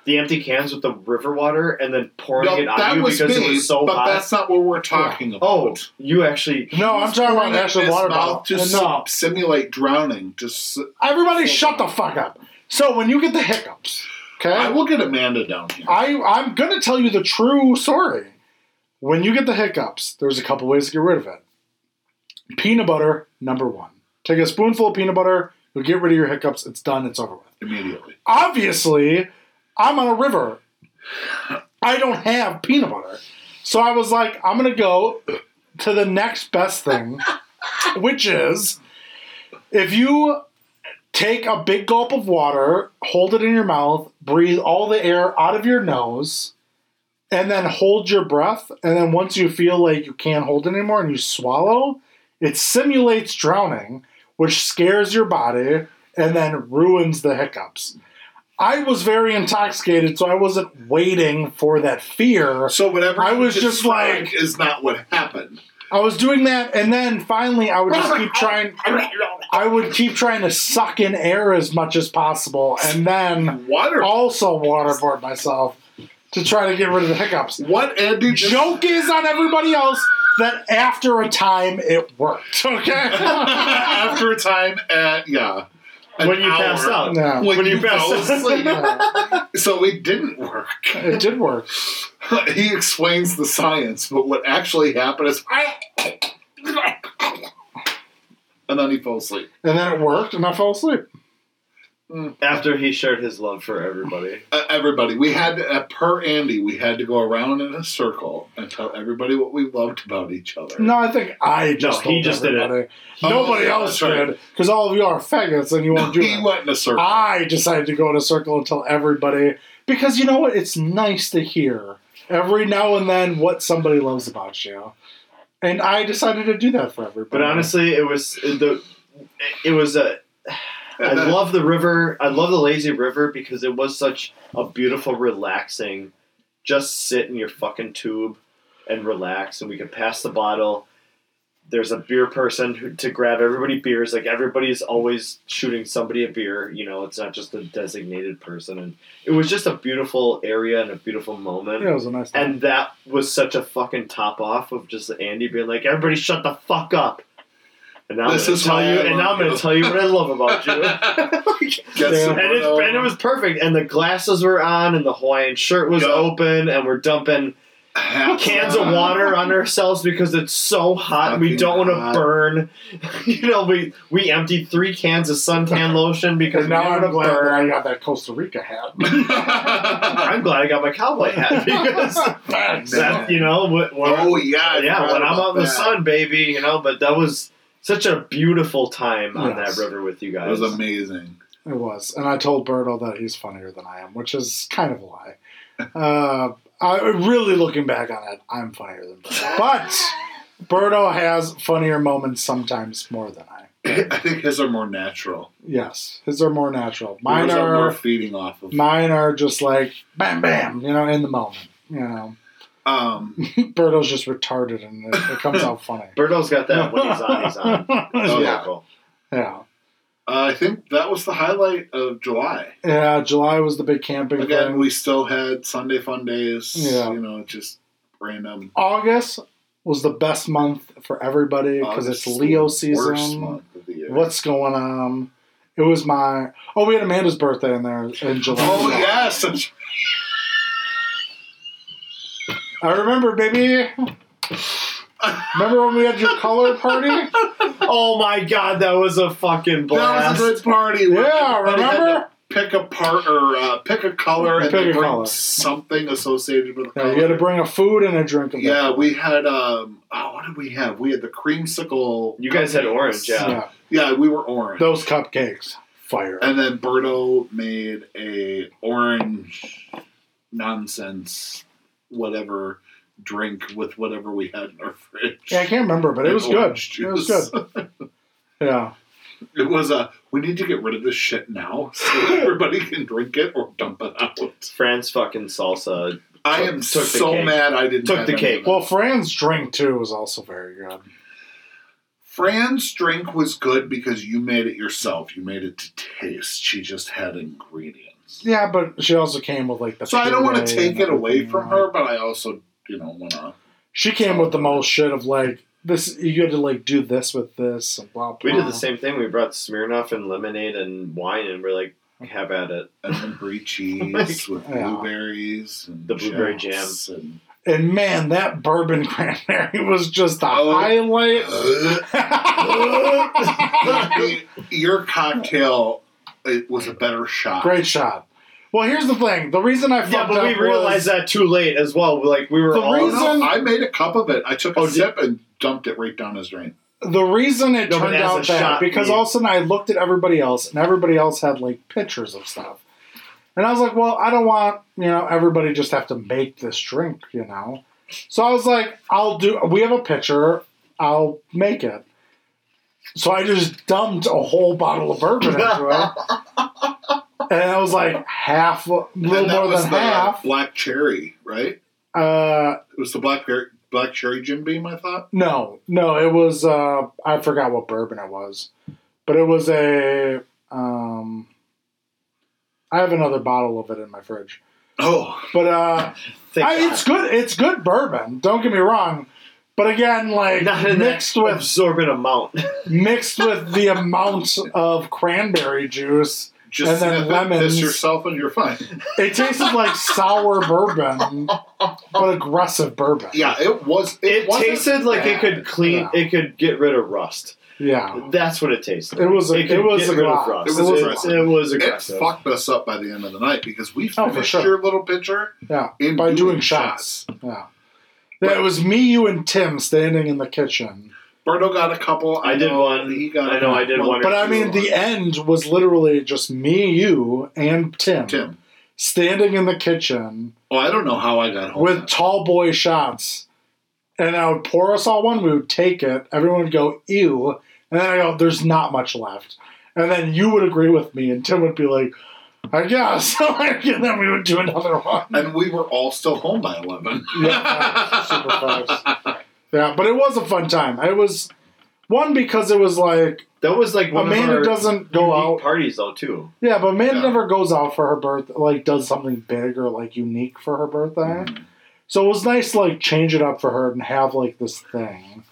the empty cans with the river water and then pouring
No,
it on
that
you
was
because
me,
it was so
but
hot.
that's not what we're talking about.
Oh, you actually
no I'm talking about
Pouring
the
it in
actual
his
water
mouth
bottle
to
And uh, no
s- simulate drowning. Just s-
everybody shut the fuck up so when you get the hiccups
I
okay
will get Amanda down here.
I I'm gonna tell you the true story when you get the hiccups there's a couple ways to get rid of it peanut butter number one take a spoonful of peanut butter you'll get rid of your hiccups it's done it's over with
immediately.
obviously I'm on a river. I don't have peanut butter. So I was like, I'm gonna go to the next best thing, which is if you take a big gulp of water, hold it in your mouth, breathe all the air out of your nose, and then hold your breath, and then once you feel like you can't hold it anymore and you swallow, it simulates drowning, which scares your body and then ruins the hiccups. I was very intoxicated, so I wasn't waiting for that fear.
So whatever
I
you
was just like-
described is not what happened.
I was doing that, and then finally, I would just keep trying. I would keep trying to suck in air as much as possible, and then
Water.
also waterboard myself to try to get rid of the hiccups.
what Andy just
Joke is on everybody else that after a time it worked. Okay.
after a time at yeah. an
When you
hour,
passed out.
No.
When,
When
you
you passed
fell
out.
asleep.
Yeah,
so it didn't work.
it did work.
he explains the science, but what actually happened is and then he fell asleep.
And then it worked, and I fell asleep.
after he shared his love for everybody.
uh, everybody. We had to, uh, per Andy, we had to go around in a circle and tell everybody what we loved about each other.
No, I think I just.
No, he
told
just did it.
everybody.
Oh,
Nobody
yeah,
else
that's right.
did, because all of you are faggots, and you won't do
he
that.
went in a circle.
I decided to go in a circle and tell everybody because you know what? It's nice to hear every now and then what somebody loves about you. And I decided to do that for everybody.
But honestly, it was the it was a. I
And then-
love the river. I love the lazy river because it was such a beautiful, relaxing. Just sit in your fucking tube and relax, and we could pass the bottle. There's a beer person who, to grab everybody beers. Like everybody's always shooting somebody a beer. You know, it's not just a designated person, and it was just a beautiful area and a beautiful moment.
yeah, it was a nice. time.
And that was such a fucking top off of just Andy being like, "Everybody, shut the fuck up." And now
This
I'm
is
gonna
why
tell you,
I
and now
love
I'm gonna
you.
tell you what I love about you. Like,
Get
Yeah.
some
and, it,
Bordeaux.
and it was perfect. And the glasses were on, and the Hawaiian shirt was
Yeah.
open, and we're dumping cans of water on ourselves because it's so hot and we
Fucking
don't want
hot.
to burn. you know, we we emptied three cans of suntan lotion because
Because
we
now
didn't
I'm
want
glad
to
that
burn.
I got that Costa Rica hat.
I'm glad I got my cowboy hat because that you know what. what-
oh yeah, I
yeah,
forgot
when I'm
about
out in the
that.
sun, baby, you know. But that was such a beautiful time on
Yes.
that river with you
It
guys.
was amazing.
It was, and I told Berto that he's funnier than I am, which is kind of a lie. Uh, I really looking back on it, I'm funnier than Berto, but Berto has funnier moments sometimes more than I.
I think his are more natural.
Yes, his are more natural. Mine
Yours
are
more feeding off of.
mine are just like bam, bam, you know, in the moment. You know,
um,
Berto's just retarded, and it, it comes out funny.
Berto's got that when he's on, he's on.
Oh,
It's
yeah.
local.
Yeah,
Uh, I think that was the highlight of July.
yeah. July was the big camping
Again,
thing.
we still had Sunday fun days.
Yeah.
You know, just random.
August was the best month for everybody because it's
August is
Leo
uh, the
season.
Worst month of the year.
What's going on? It was my. Oh, we had Amanda's birthday in there in July.
Oh yes,
I remember, baby. remember when we had your color party?
Oh my god, that was a fucking
that
blast.
was a good party.
yeah, remember?
Pick a part or uh, pick a color and
Pick
then
a
bring
color.
something associated with. the
Yeah,
color.
you had to bring a food and a drink. of
Yeah,
that.
we had. Um, oh, what did we have? We had the creamsicle.
You guys had
cupcakes.
orange, yeah.
Yeah, we were orange.
those cupcakes, fire.
And then Berto made a orange nonsense whatever drink with whatever we had in our fridge.
yeah, I can't remember, but it
And
was good.
orange
It was
juice.
good. Yeah,
It was a we need to get rid of this shit now so everybody can drink it or dump it out.
France fucking salsa.
I
Took-
am
took the
so
cake.
mad I didn't
Took
have
the
any
cake.
of that.
well, Fran's drink too was also very good.
Fran's drink was good because you made it yourself. You made it to taste. She just had ingredients.
Yeah, but she also came with like the.
So I don't want
puree
to take
and
it away
everything,
from
right?
her, but I also, you know, want to.
She came with the most shit of like this. You had to like do this with this and blah blah.
We did the same thing. We brought Smirnoff and lemonade and wine, and we're like, have at it.
and then brie cheese
Like-
with
Yeah.
blueberries and
The blueberry
chips and-
And man, that bourbon cranberry was just a
Oh.
highlight.
Your cocktail it was a better shot.
Great shot. Well, here's the thing. The reason I fucked
Yeah, but
up
we realized
was,
that too late as well. Like we were
The
all.
reason-
No, I made a cup of it. I took a
Oh, did-
sip and dumped it right down his drain.
the reason it
No, but
turned
as a
out that
shot,
because
we-
all of a sudden I looked at everybody else and everybody else had like pictures of stuff, and I was like, well, I don't want you know everybody just have to make this drink, you know. So I was like, I'll do. We have a picture. I'll make it. So I just dumped a whole bottle of bourbon into it, and I was like half, a little
and that
more
was
than
the
half.
black cherry, right?
Uh,
It was the black ber- black cherry Jim Beam, I thought.
No, no, it was uh I forgot what bourbon it was. But it was a um I have another bottle of it in my fridge.
Oh,
But uh
Thank
I,
God.
it's good it's good bourbon, don't get me wrong. But again, like
not in
mixed
that
with
absorbent amount.
mixed with the amount of cranberry juice,
just
And then
sniff it, piss
lemons.
yourself and you're fine.
it tasted like sour bourbon, but aggressive bourbon.
Yeah, it was. It,
It
wasn't
tasted like it
bad.
could clean.
Yeah.
It could get rid of rust.
yeah.
That's what it tasted.
It was a-
could
it was
get
a
rid
lot.
of rust.
It was
it,
aggressive.
it was
It
aggressive.
fucked us up by the end of the night because we
Oh, for
finished
sure.
your little pitcher
Yeah.
in
By doing shots. Yeah. Yeah, it was me, you, and Tim standing in the kitchen.
Berto got a couple.
I did
know
one.
He got
I know I did one.
But I mean, the end was literally just me, you, and Tim,
Tim.
standing in the kitchen
Oh, I don't know how I got home.
with
that.
tall boy shots. And I would pour us all one. We would take it. Everyone would go, ew. And then I go, there's not much left. And then you would agree with me, and Tim would be like, I guess. Like, and then we would do another one.
and we were all still home by eleven.
Yeah, super Yeah, but it was a fun time. It was one because it was like
that was like one of
Amanda
our
doesn't go
unique
out
parties though too.
Yeah, but man
Yeah.
never goes out for her birth, like does something big or like unique for her birthday. So it was nice to like change it up for her and have like this thing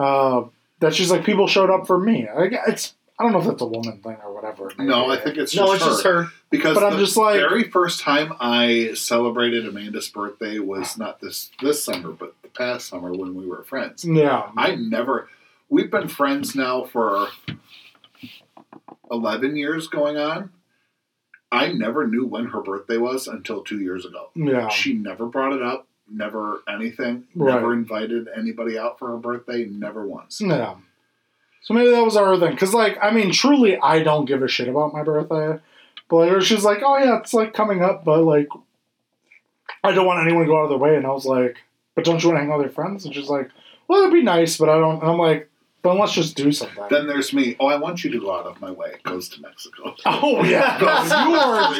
uh, that she's like people showed up for me. I, it's I don't know if that's a woman thing or whatever.
No, I
Maybe.
think it's just,
no, it's
her.
just her.
Because
But I'm
the
just like-
very first time I celebrated Amanda's birthday was not this this summer, but the past summer when we were friends.
Yeah.
I never. We've been friends now for eleven years going on. I never knew when her birthday was until two years ago.
Yeah.
She never brought it up, never anything,
Right.
never invited anybody out for her birthday, never once.
Yeah. So maybe that was our thing. Because, like, I mean, truly, I don't give a shit about my birthday. But like, she was like, oh, yeah, it's, like, coming up, but, like, I don't want anyone to go out of their way. And I was like, but don't you want to hang out with your friends? And she's like, well, that'd be nice, but I don't. And I'm like, then let's just do something.
Then there's me. Oh, I want you to go out of my way. Goes to Mexico.
oh, yeah.
Goes to
you are.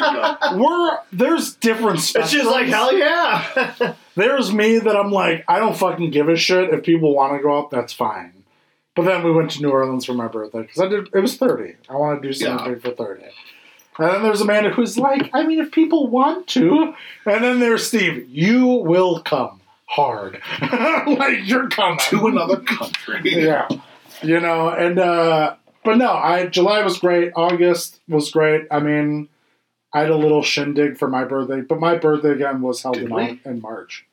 Mexico.
We're. There's different spectrums.
It's just like hell yeah.
There's me that I'm like, I don't fucking give a shit. If people want to go out, that's fine. But then we went to New Orleans for my birthday because I did. It was thirty. I want to do something for thirty. And then there's Amanda who's like, I mean, if people want to. And then there's Steve. You will come hard. like you're coming
to another country.
yeah you know and uh but no i july was great august was great i mean i had a little shindig for my birthday but my birthday again was held
Did
in,
we?
Au- in march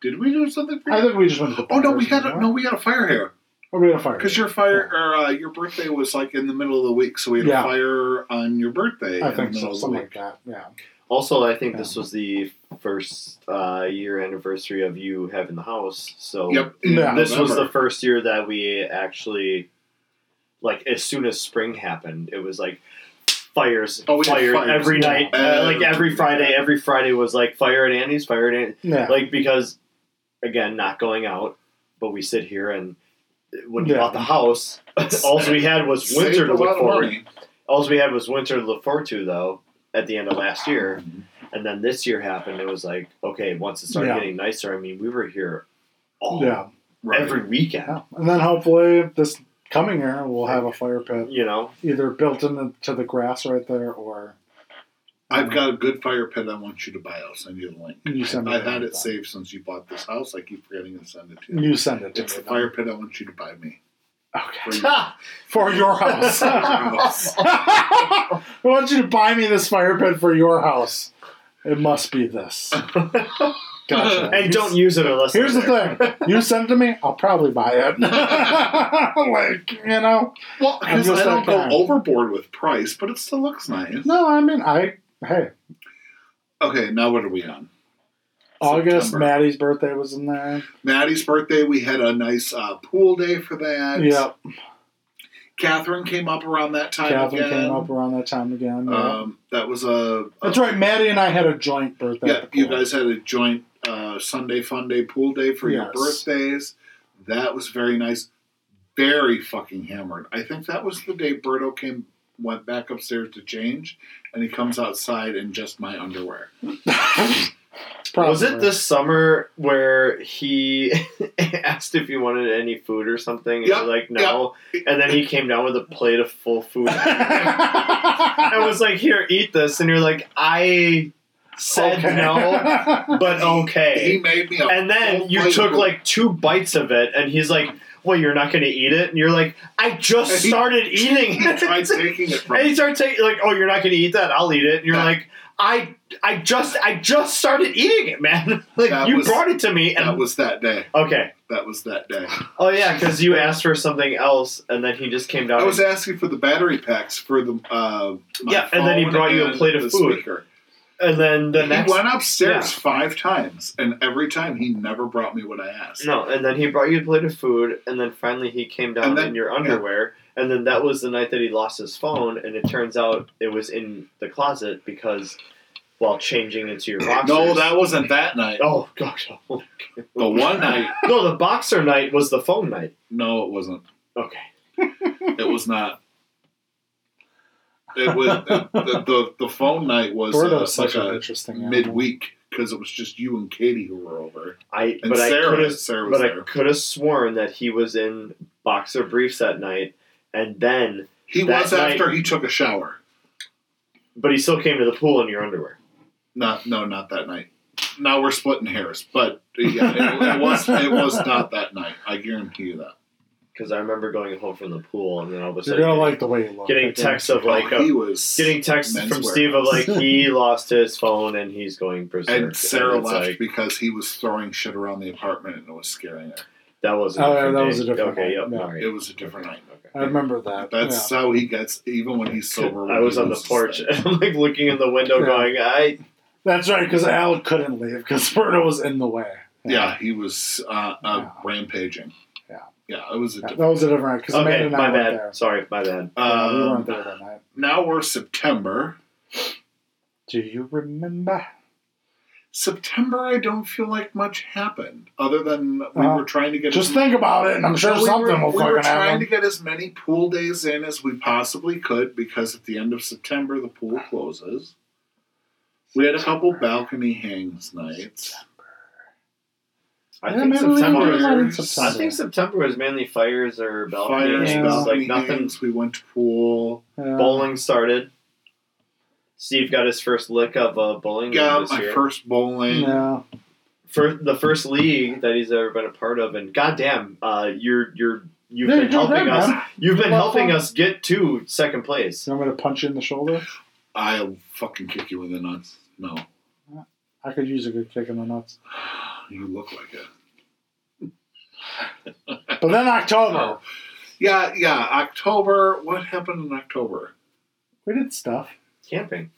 Did we do something for
i
you?
think we just went to the
Oh no,
bars
we
and
got
whatnot.
a, no, we got a fire here
oh, we had a fire
because your fire or uh, your birthday was like in the middle of the week, so we had
Yeah.
a fire on your birthday.
i
in
think
the
so
middle
something
of
like that yeah
also, I think this was the first uh, year anniversary of you having the house. So
the week. Yep.
Yeah.
in
this was the
November.
first year that we actually like as soon as spring happened it was like fires
Oh, we had
fire
fires.
every
Yeah.
night uh, like every
Every
friday
night.
every friday was like fire at annie's fire at annie's
yeah
like because again not going out but we sit here and when we
Yeah.
bought the house all we had was winter
Saved
to
a lot
look
of
forward
money.
all we had was winter to look forward to though at the end of last year
Mhm.
and then this year happened it was like okay once it started
Yeah.
getting nicer i mean we were here
oh.
all
yeah
Right.
every weekend
yeah and then hopefully this coming year we'll have a fire pit
you know
either built into the grass right there or
I've got a good fire pit. I want you to buy. I'll send you the link.
you send me
I've had
the-
it saved since you bought this house. I keep forgetting to send it to you.
you send it to
It's
me
the fire pit I want you to buy me.
okay
For you.
for your house I want you to buy me this fire pit for your house. It must be this. Gotcha.
and don't use it unless
Here's the
they're there.
thing: you send it to me, I'll probably buy it. like you know,
well,
I'm
because
just
I don't
like
go
that.
overboard with price, but it still looks nice.
no, I mean, I hey,
Okay, now what are we on?
August
September.
Maddie's birthday was in there.
Maddie's birthday, we had a nice uh, pool day for that.
Yep,
Catherine came up around that time
Catherine
again.
came up around that time again. yeah.
Um, that was a.
That's right. Maddie and I had a joint birthday.
Yeah,
at the
you
pool.
guys had a joint uh, Sunday fun day pool day for your
Yes.
birthdays. That was very nice. Very fucking hammered. I think that was the day Berto came went back upstairs to change, and he comes outside in just my underwear.
Was it this summer where he asked if you wanted any food or something? And
Yep,
you're like, no. And then he came down with a plate of full food. and was like, here, eat this. And you're like, I said no, but
He
okay.
made me a
And then
full
you
plate
took
of-
like two bites of it, and he's like, well, you're not going to eat it? And you're like, I just
And he-
started eating
He
it.
tried taking it from.
And he
me.
started taking like, "Oh, you're not going to eat that. I'll eat it." And you're
That-
like, "I, I just, I just started eating it, man. like
That
you
was-
brought it to me."
That
And
was that day.
okay,
That was that day.
oh yeah, because you asked for something else, and then he just came down.
I was
and,
asking for the battery packs for the uh, my
Yeah, and then he
phone
brought you a
and
plate of
the
food.
Speaker.
and then the
he
next,
went upstairs five times, and every time he never brought me what I asked.
no, and then he brought you a plate of food, and then finally he came down
And then-
in your underwear. And then that was the night that he lost his phone, and it turns out it was in the closet because while changing into your boxers.
No, that wasn't that night.
Oh gosh. no,
The one night.
the boxer night was the phone night.
No, it wasn't.
Okay.
It was not. It was the, the, the phone night was uh,
Birdo's
like
such an
a
interesting animal.
midweek because it was just you and Katie who were over
I
and
but I could
Sarah.
have
Sarah was
But I
there.
could have sworn that he was in boxer briefs that night, and then,
he
that
was after he took a shower.
but he still came to the pool in your underwear.
Not no, not that night. Now we're splitting hairs, but yeah, it, it was it was not that night. I guarantee you that.
because I remember going home from the pool and then all of a
You're
sudden
gonna like the way you look.
getting texts of like
Oh, he
a,
was
getting texts
men's
from Steve of like
warehouse.
he lost his phone and he's going berserk.
and Sarah
it's
left
like,
because he was throwing shit around the apartment and it was scaring her.
that was a
Oh, yeah,
different
that was
day.
a different
okay.
one.
Yep,
Yeah.
all right.
It was a different night.
Okay.
I remember that.
That's how he gets even when he's sober.
I was on the porch and I'm like looking in the window
Yeah.
going, I
yeah. That's right, because Al couldn't leave because Berto was in the way.
Yeah, he was uh, uh,
Yeah.
rampaging.
Yeah.
yeah, it was a
Yeah,
different.
that was a different because
Okay,
Amanda and I
my
went
bad.
there.
Sorry, my bad.
Yeah, we
Um,
weren't there that night.
now we're September.
Do you remember?
September, I don't feel like much happened other than we
Uh-huh.
were trying to get
Just think about it, and I'm sure
Well, we
something
were,
will
we
fucking
were trying
happen.
to get as many pool days in as we possibly could because at the end of September the pool closes. We had a couple balcony hangs nights.
I
Yeah,
think
maybe we
September
can do that in
was- I
September.
think September was mainly fires or
Fires,
balconies.
Yeah.
balcony
Like nothing.
hangs. We went to pool.
Yeah.
Bowling started. Steve got his first lick of uh, bowling
Got
this
my
year.
first bowling.
No.
First, the first league that he's ever been a part of, and goddamn, uh, you're you're you've
Yeah,
been
you're
helping
there,
us.
man.
You've been
Well,
helping
fun.
us get to second place.
So I'm gonna punch you in the shoulder.
I'll fucking kick you in the nuts. No,
I could use a good kick in the nuts.
you look like it.
But then October,
Yeah, yeah. October. What happened in October?
we did stuff,
Camping.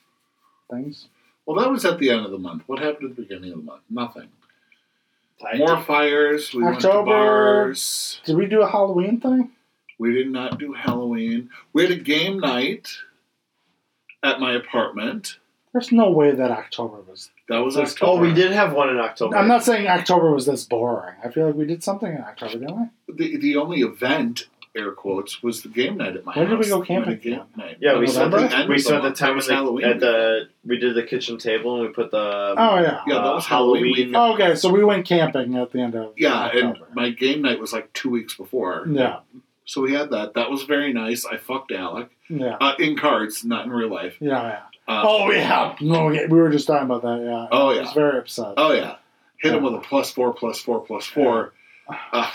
things.
Well, that was at the end of the month. What happened at the beginning of the month? Nothing.
I-
More fires. We went
October.
to bars.
Did we do a Halloween thing?
We did not do Halloween. We had a game night at my apartment.
There's no way that October was.
That was
oh,
October.
we did have one in October.
I'm not saying October was this boring. I feel like we did something in October, didn't we?
The, the only event, air quotes, was the game night at my
When
house.
did we go
We had a
camping?
game night.
Yeah, we spent
November?
the,
end
we
of
spent the
month. That
time
was
in the-
Halloween
at the we did the kitchen table and we put the
Oh yeah.
Yeah, that
uh,
was Halloween
Halloween.
weekend.
Oh, Okay, so we went camping at the end of
Yeah, and
October.
my game night was like two weeks before.
yeah,
So we had that. That was very nice. I fucked Alec.
yeah,
Uh, in cards, not in real life.
yeah, yeah.
Uh,
Oh yeah, no, we we were just talking about that. Yeah.
Oh,
I was
yeah.
very upset.
Oh yeah, hit him with a plus four, plus four, plus four, uh,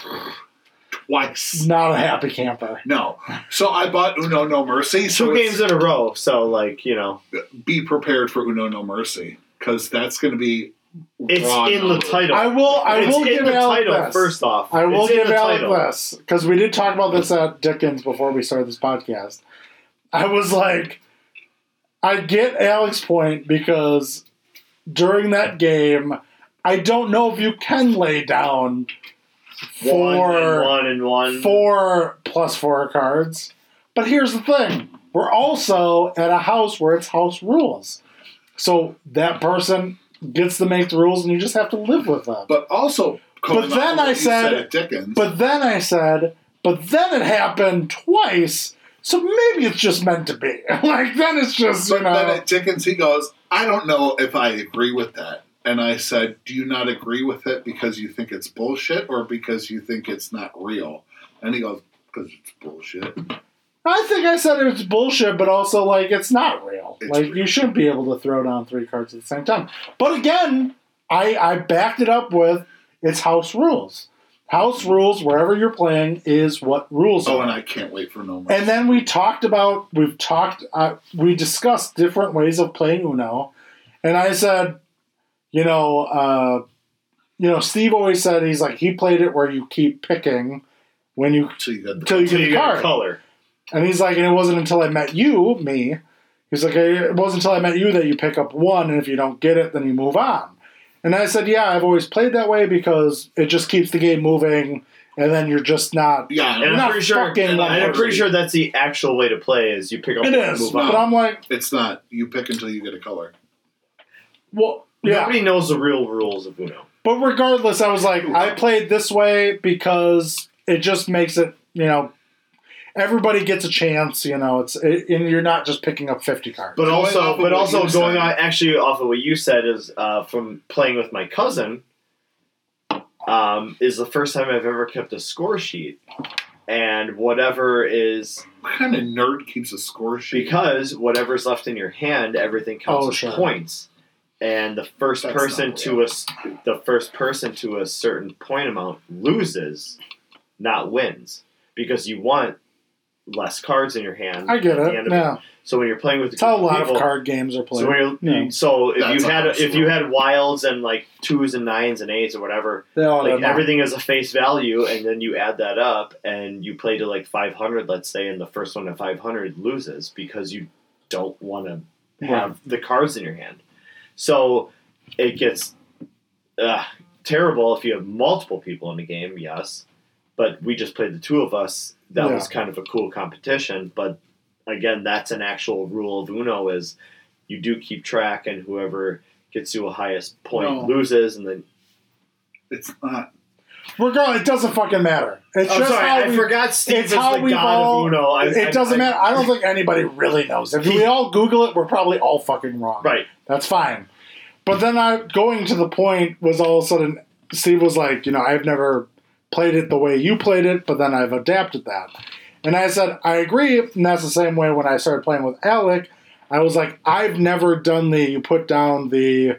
twice.
Not a happy camper.
No, so I bought Uno No Mercy. So
two
it's-
games in a row. So like you know,
be prepared for Uno No Mercy because that's going to be
it's
raw
in the
numbers.
title.
I will. I
it's
will
in
give
the
Alec
title
this.
first off.
I will
It's in
give
the
Alec
title.
this because we did talk about this at Dickens before we started this podcast. I was like, I get Alec's point because during that game, I don't know if you can lay down
one and
four,
one and one.
four plus four cards. But here's the thing we're also at a house where it's house rules. So that person gets to make the rules and you just have to live with them.
But also, going
But
off
then
of what
I
you
said-
at Dickens.
But then I said, but then it happened twice, so maybe it's just meant to be. Like then it's just you
But then
know.
at Dickens, he goes, "I don't know if I agree with that." And I said, "Do you not agree with it because you think it's bullshit or because you think it's not real?" And he goes, "Because it's bullshit."
I think I said it's bullshit, but also like it's not real.
It's
like
real.
you shouldn't be able to throw down three cards at the same time. But again, I I backed it up with it's house rules. House rules wherever you're playing is what rules
Oh,
are.
and I can't wait for No Mercy.
And then we talked about, we've talked, uh, we discussed different ways of playing Uno. And I said, you know, uh, you know, Steve always said he's like he played it where you keep picking when you
so you got the
till you
Until you
get the
get a
card.
color.
And he's like, and it wasn't until I met you, me. He's like, it wasn't until I met you that you pick up one, and if you don't get it, then you move on. And I said, yeah, I've always played that way because it just keeps the game moving, and then you're just not.
yeah,
And I'm
not
pretty sure.
fucking
And I'm
numbers.
pretty sure that's the actual way to play. Is you pick up
It
one and
is,
move
but
on.
I'm like,
it's not. You pick until you get a color.
well, yeah.
Nobody knows the real rules of Uno.
But regardless, I was like, I played this way because it just makes it, you know, everybody gets a chance. You know, it's it, and you're not just picking up fifty cards.
But
Going
also,
off of
but
what
also
you
going
said.
on actually off of what you said is uh, from playing with my cousin. Um, is the first time I've ever kept a score sheet, and whatever is
What kind of nerd keeps a score sheet?
because whatever's left in your hand, everything counts
Oh,
as
sure.
points. And the first
That's
person
not
to
real.
a s- the first person to a certain point amount loses, not wins. because you want less cards in your hand.
I get
at the
it.
end of
Yeah,
So when you're playing with
it's how a lot
people,
of card games are played.
So, when you're,
Yeah.
so if
That's
you had
honestly-
if you had wilds and like twos and nines and eights or whatever,
they all
like
have that.
everything is a face value, and then you add that up and you play to like 500, let's say, and the first one at 500 loses because you don't want to have the cards in your hand. So it gets uh, terrible if you have multiple people in the game, yes, but we just played the two of us. That
Yeah.
was kind of a cool competition, but again, that's an actual rule of Uno is you do keep track, and whoever gets to a highest point
No.
loses, and then
It's not.
We're going. It doesn't fucking matter. It's
Oh,
just
sorry,
how
I
we,
forgot Steve
it's
is
how
the
we've
god
all-
of Uno. I,
It
I-
doesn't
I-
matter. I don't think anybody really knows. If we all Google it, we're probably all fucking wrong.
Right.
That's fine. But then I going to the point was all of a sudden Steve was like, you know, I've never played it the way you played it, but then I've adapted that. And I said, I agree, and that's the same way when I started playing with Alec. I was like, I've never done the you put down the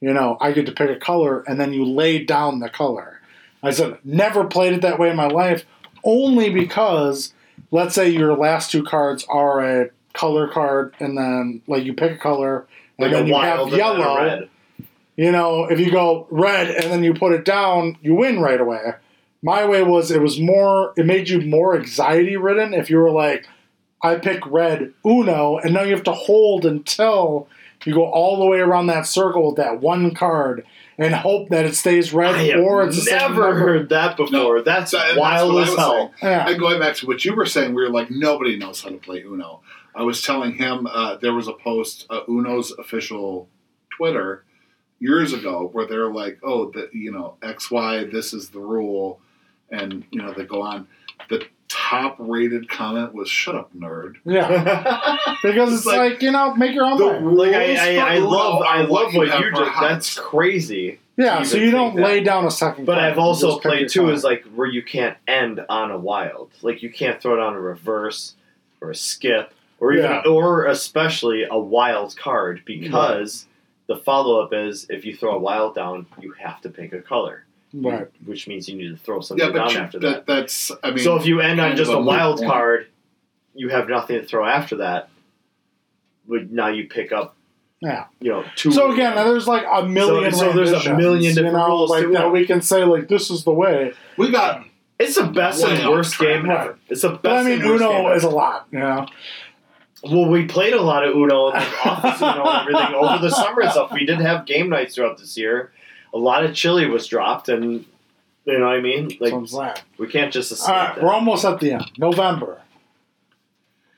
you know, I get to pick a color and then you lay down the color. I said, never played it that way in my life, only because let's say your last two cards are a color card and then like you pick a color and
Like
then
a
you
wild
have
and then a
yellow.
red.
You know, if you go red and then you put it down, you win right away. My way was it was more it made you more anxiety ridden if you were like, I pick red Uno, and now you have to hold until you go all the way around that circle with that one card and hope that it stays red
I have
or it's the same
never
number.
heard that before. That's
So, and that's
wild
what I
as
was
hell.
saying.
Yeah.
And going back to what you were saying, we were like, nobody knows how to play Uno. I was telling him uh, there was a post, uh, Uno's official Twitter years ago, where they're like, oh, the, you know, X, Y, this is the rule. And, you know, they go on. The top rated comment was, shut up, nerd.
Yeah. Because it's,
It's like-
like, you know, make your own way.
like
rules
I,
for
I, I
Uno
love, I
are
love what
have
you
for
did.
house.
That's crazy.
Yeah,
you
so
would
you don't
think that.
lay down a second
But
card.
I've
You
also
just pick
played
your
too
card.
is like where you can't end on a wild. Like you can't throw down a reverse or a skip or even
Yeah.
or especially a wild card because the follow up is if you throw a wild down, you have to pick a color,
Right.
which means you need to throw something
Yeah,
down
but you,
after that.
that, that's, I mean,
so if you end on
kind of
just
a
a
moot
wild
point.
card, you have nothing to throw after that. But now you pick up,
Yeah.
you know, two.
So again, there's like a million.
so there's a
renditions,
million
you
different
know,
rules
like
to
that
it.
we can say like this is the way.
we got,
it's the best and
Wild
worst
card.
game ever. It's the best.
But I mean,
and worst game
Uno
ever.
is a lot, you know.
Well, we played a lot of Uno and like office Uno and everything over the summer and stuff. We did have game nights throughout this year. A lot of chili was dropped, and you know what I mean.
Like,
Like
so I'm saying.
we can't just
All
escape
right,
that.
we're almost at the end. November.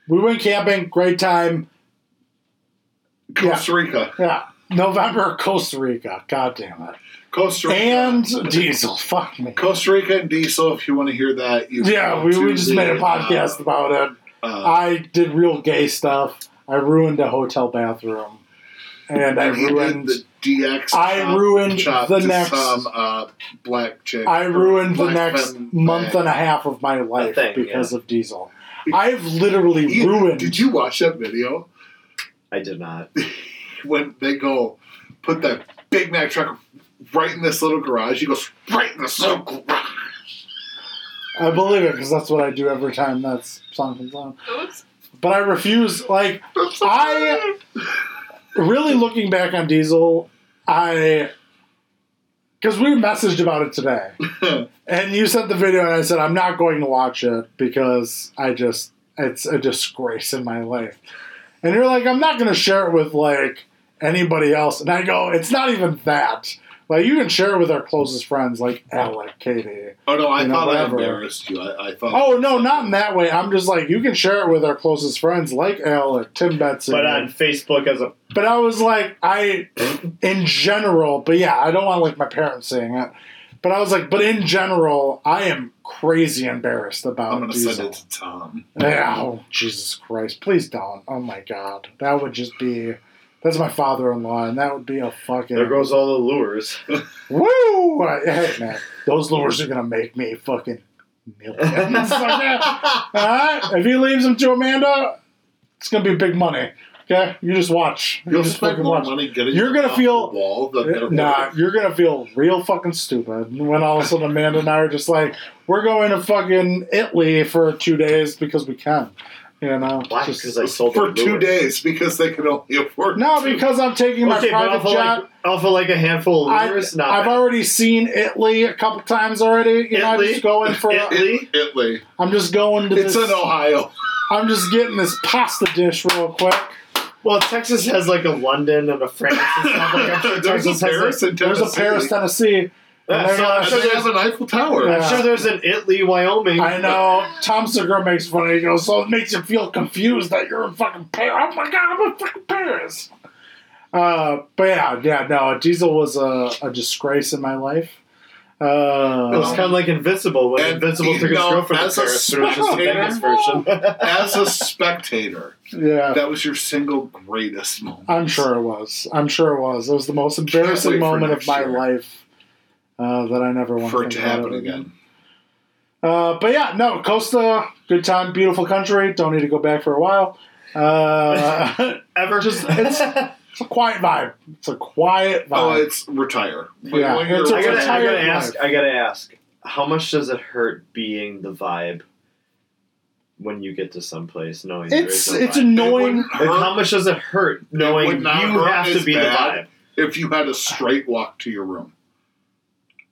We went camping. Great time.
Costa Rica.
Yeah. November, Costa Rica. God damn it.
Costa Rica.
And diesel. Fuck me.
Costa Rica and Diesel, if you want to hear that. You can
Yeah,
go
we,
to
we just
the,
made a podcast
uh,
about it.
uh,
I did real gay stuff. I ruined a hotel bathroom. And I
and he did
ruined.
the DX.
I
chop-
ruined
chop
the
to
next-
Some, uh, black chick.
I
or
ruined the
black
next
femme
month
bag.
and a half of my life
thing,
because of Diesel.
Be-
I've literally
You-
ruined.
Did you watch that video
I did not.
when they go put that Big Mac truck right in this little garage? He goes right in this little garage.
I believe it because that's what I do every time that song comes on.
Oops.
But I refuse. Like
I'm so
I-
sorry.
really looking back on Diesel, I because we messaged about it today, and you sent the video, and I said I'm not going to watch it because I just it's a disgrace in my life. And you're like, I'm not going to share it with like anybody else, and I go, it's not even that. Like you can share it with our closest friends, like Alec, Katie.
Oh no! I
You know,
thought I
whatever.
embarrassed you. I, I thought.
Oh no, not in that way. I'm just like you can share it with our closest friends, like Alec, Tim Benson.
But on Facebook as a
But I was like, I, in general, but yeah, I don't want like my parents saying it. But I was like, but in general, I am crazy embarrassed
I'm
about
gonna
Diesel.
send it to Tom.
Yeah, oh, Jesus Christ. Please don't. Oh my God. That would just be, that's my father in law, and that would be a fucking.
there goes all the lures.
Woo! I- Hey, man, those lures are going to make me fucking millions. All right? If he leaves them to Amanda, it's going to be big money. Okay, you just watch. You
You'll
just
spend
fucking
more
watch.
money getting
You're gonna
off
feel-
the wall than
Uh, Nah, you're gonna feel real fucking stupid when all of a sudden Amanda and I are just like, we're going to fucking Italy for two days because we can. You know,
Why?
just-
Because I sold
for
the
two
lure.
days because they can only afford.
no,
two.
because I'm taking my
Okay, but
private
off of,
jet.
like, off of like a handful of
I,
lures, not
I've
bad.
already seen Italy a couple times already. You know, I'm
Italy?
just going for.
Italy?
Italy, Italy.
I'm just going to
It's in
this.
Ohio.
I'm just getting this pasta dish real quick.
Well, Texas has like a London and a France and stuff. Like, I'm sure
There's a
Texas has a-
Paris and
There's a
Tennessee.
Paris, Tennessee.
Yeah, so I'm
And
sure
they
there's
have an Eiffel Tower.
Yeah.
I'm sure there's an Italy, Wyoming.
I know. Tom Segura makes fun of it. He goes, so it makes you feel confused that you're in fucking Paris. Oh my god, I'm in fucking Paris. Uh, but yeah, yeah, no, Diesel was a, a disgrace in my life.
It was
Uh,
kind of like Invincible when
And,
Invincible took
you
his
know,
girlfriend to
as a
Paris, but it was just the
spectator-
Vegas version.
As a spectator,
yeah,
that was your single greatest moment.
I'm sure it was. I'm sure it was. It was the most embarrassing
wait for
moment of
next
my
year.
life uh, that I never want
for it
think
to
about
happen
it
again.
Uh, but yeah, no, Costa, good time, beautiful country. Don't need to go back for a while. Uh,
Ever
Just- it's- it's a quiet vibe. It's a quiet vibe.
Oh, it's retire. When-
Yeah,
when you're-
it's a
I gotta, I
tired
gotta ask.
life.
I gotta ask. How much does it hurt being the vibe when you get to someplace knowing there
It's
is no
it's
vibe?
it
annoying.
Like,
wouldn't
how
hurt
much does it hurt knowing
would
you
not hurt
have to
as
be
bad.
the vibe?
if you had a straight walk to your room.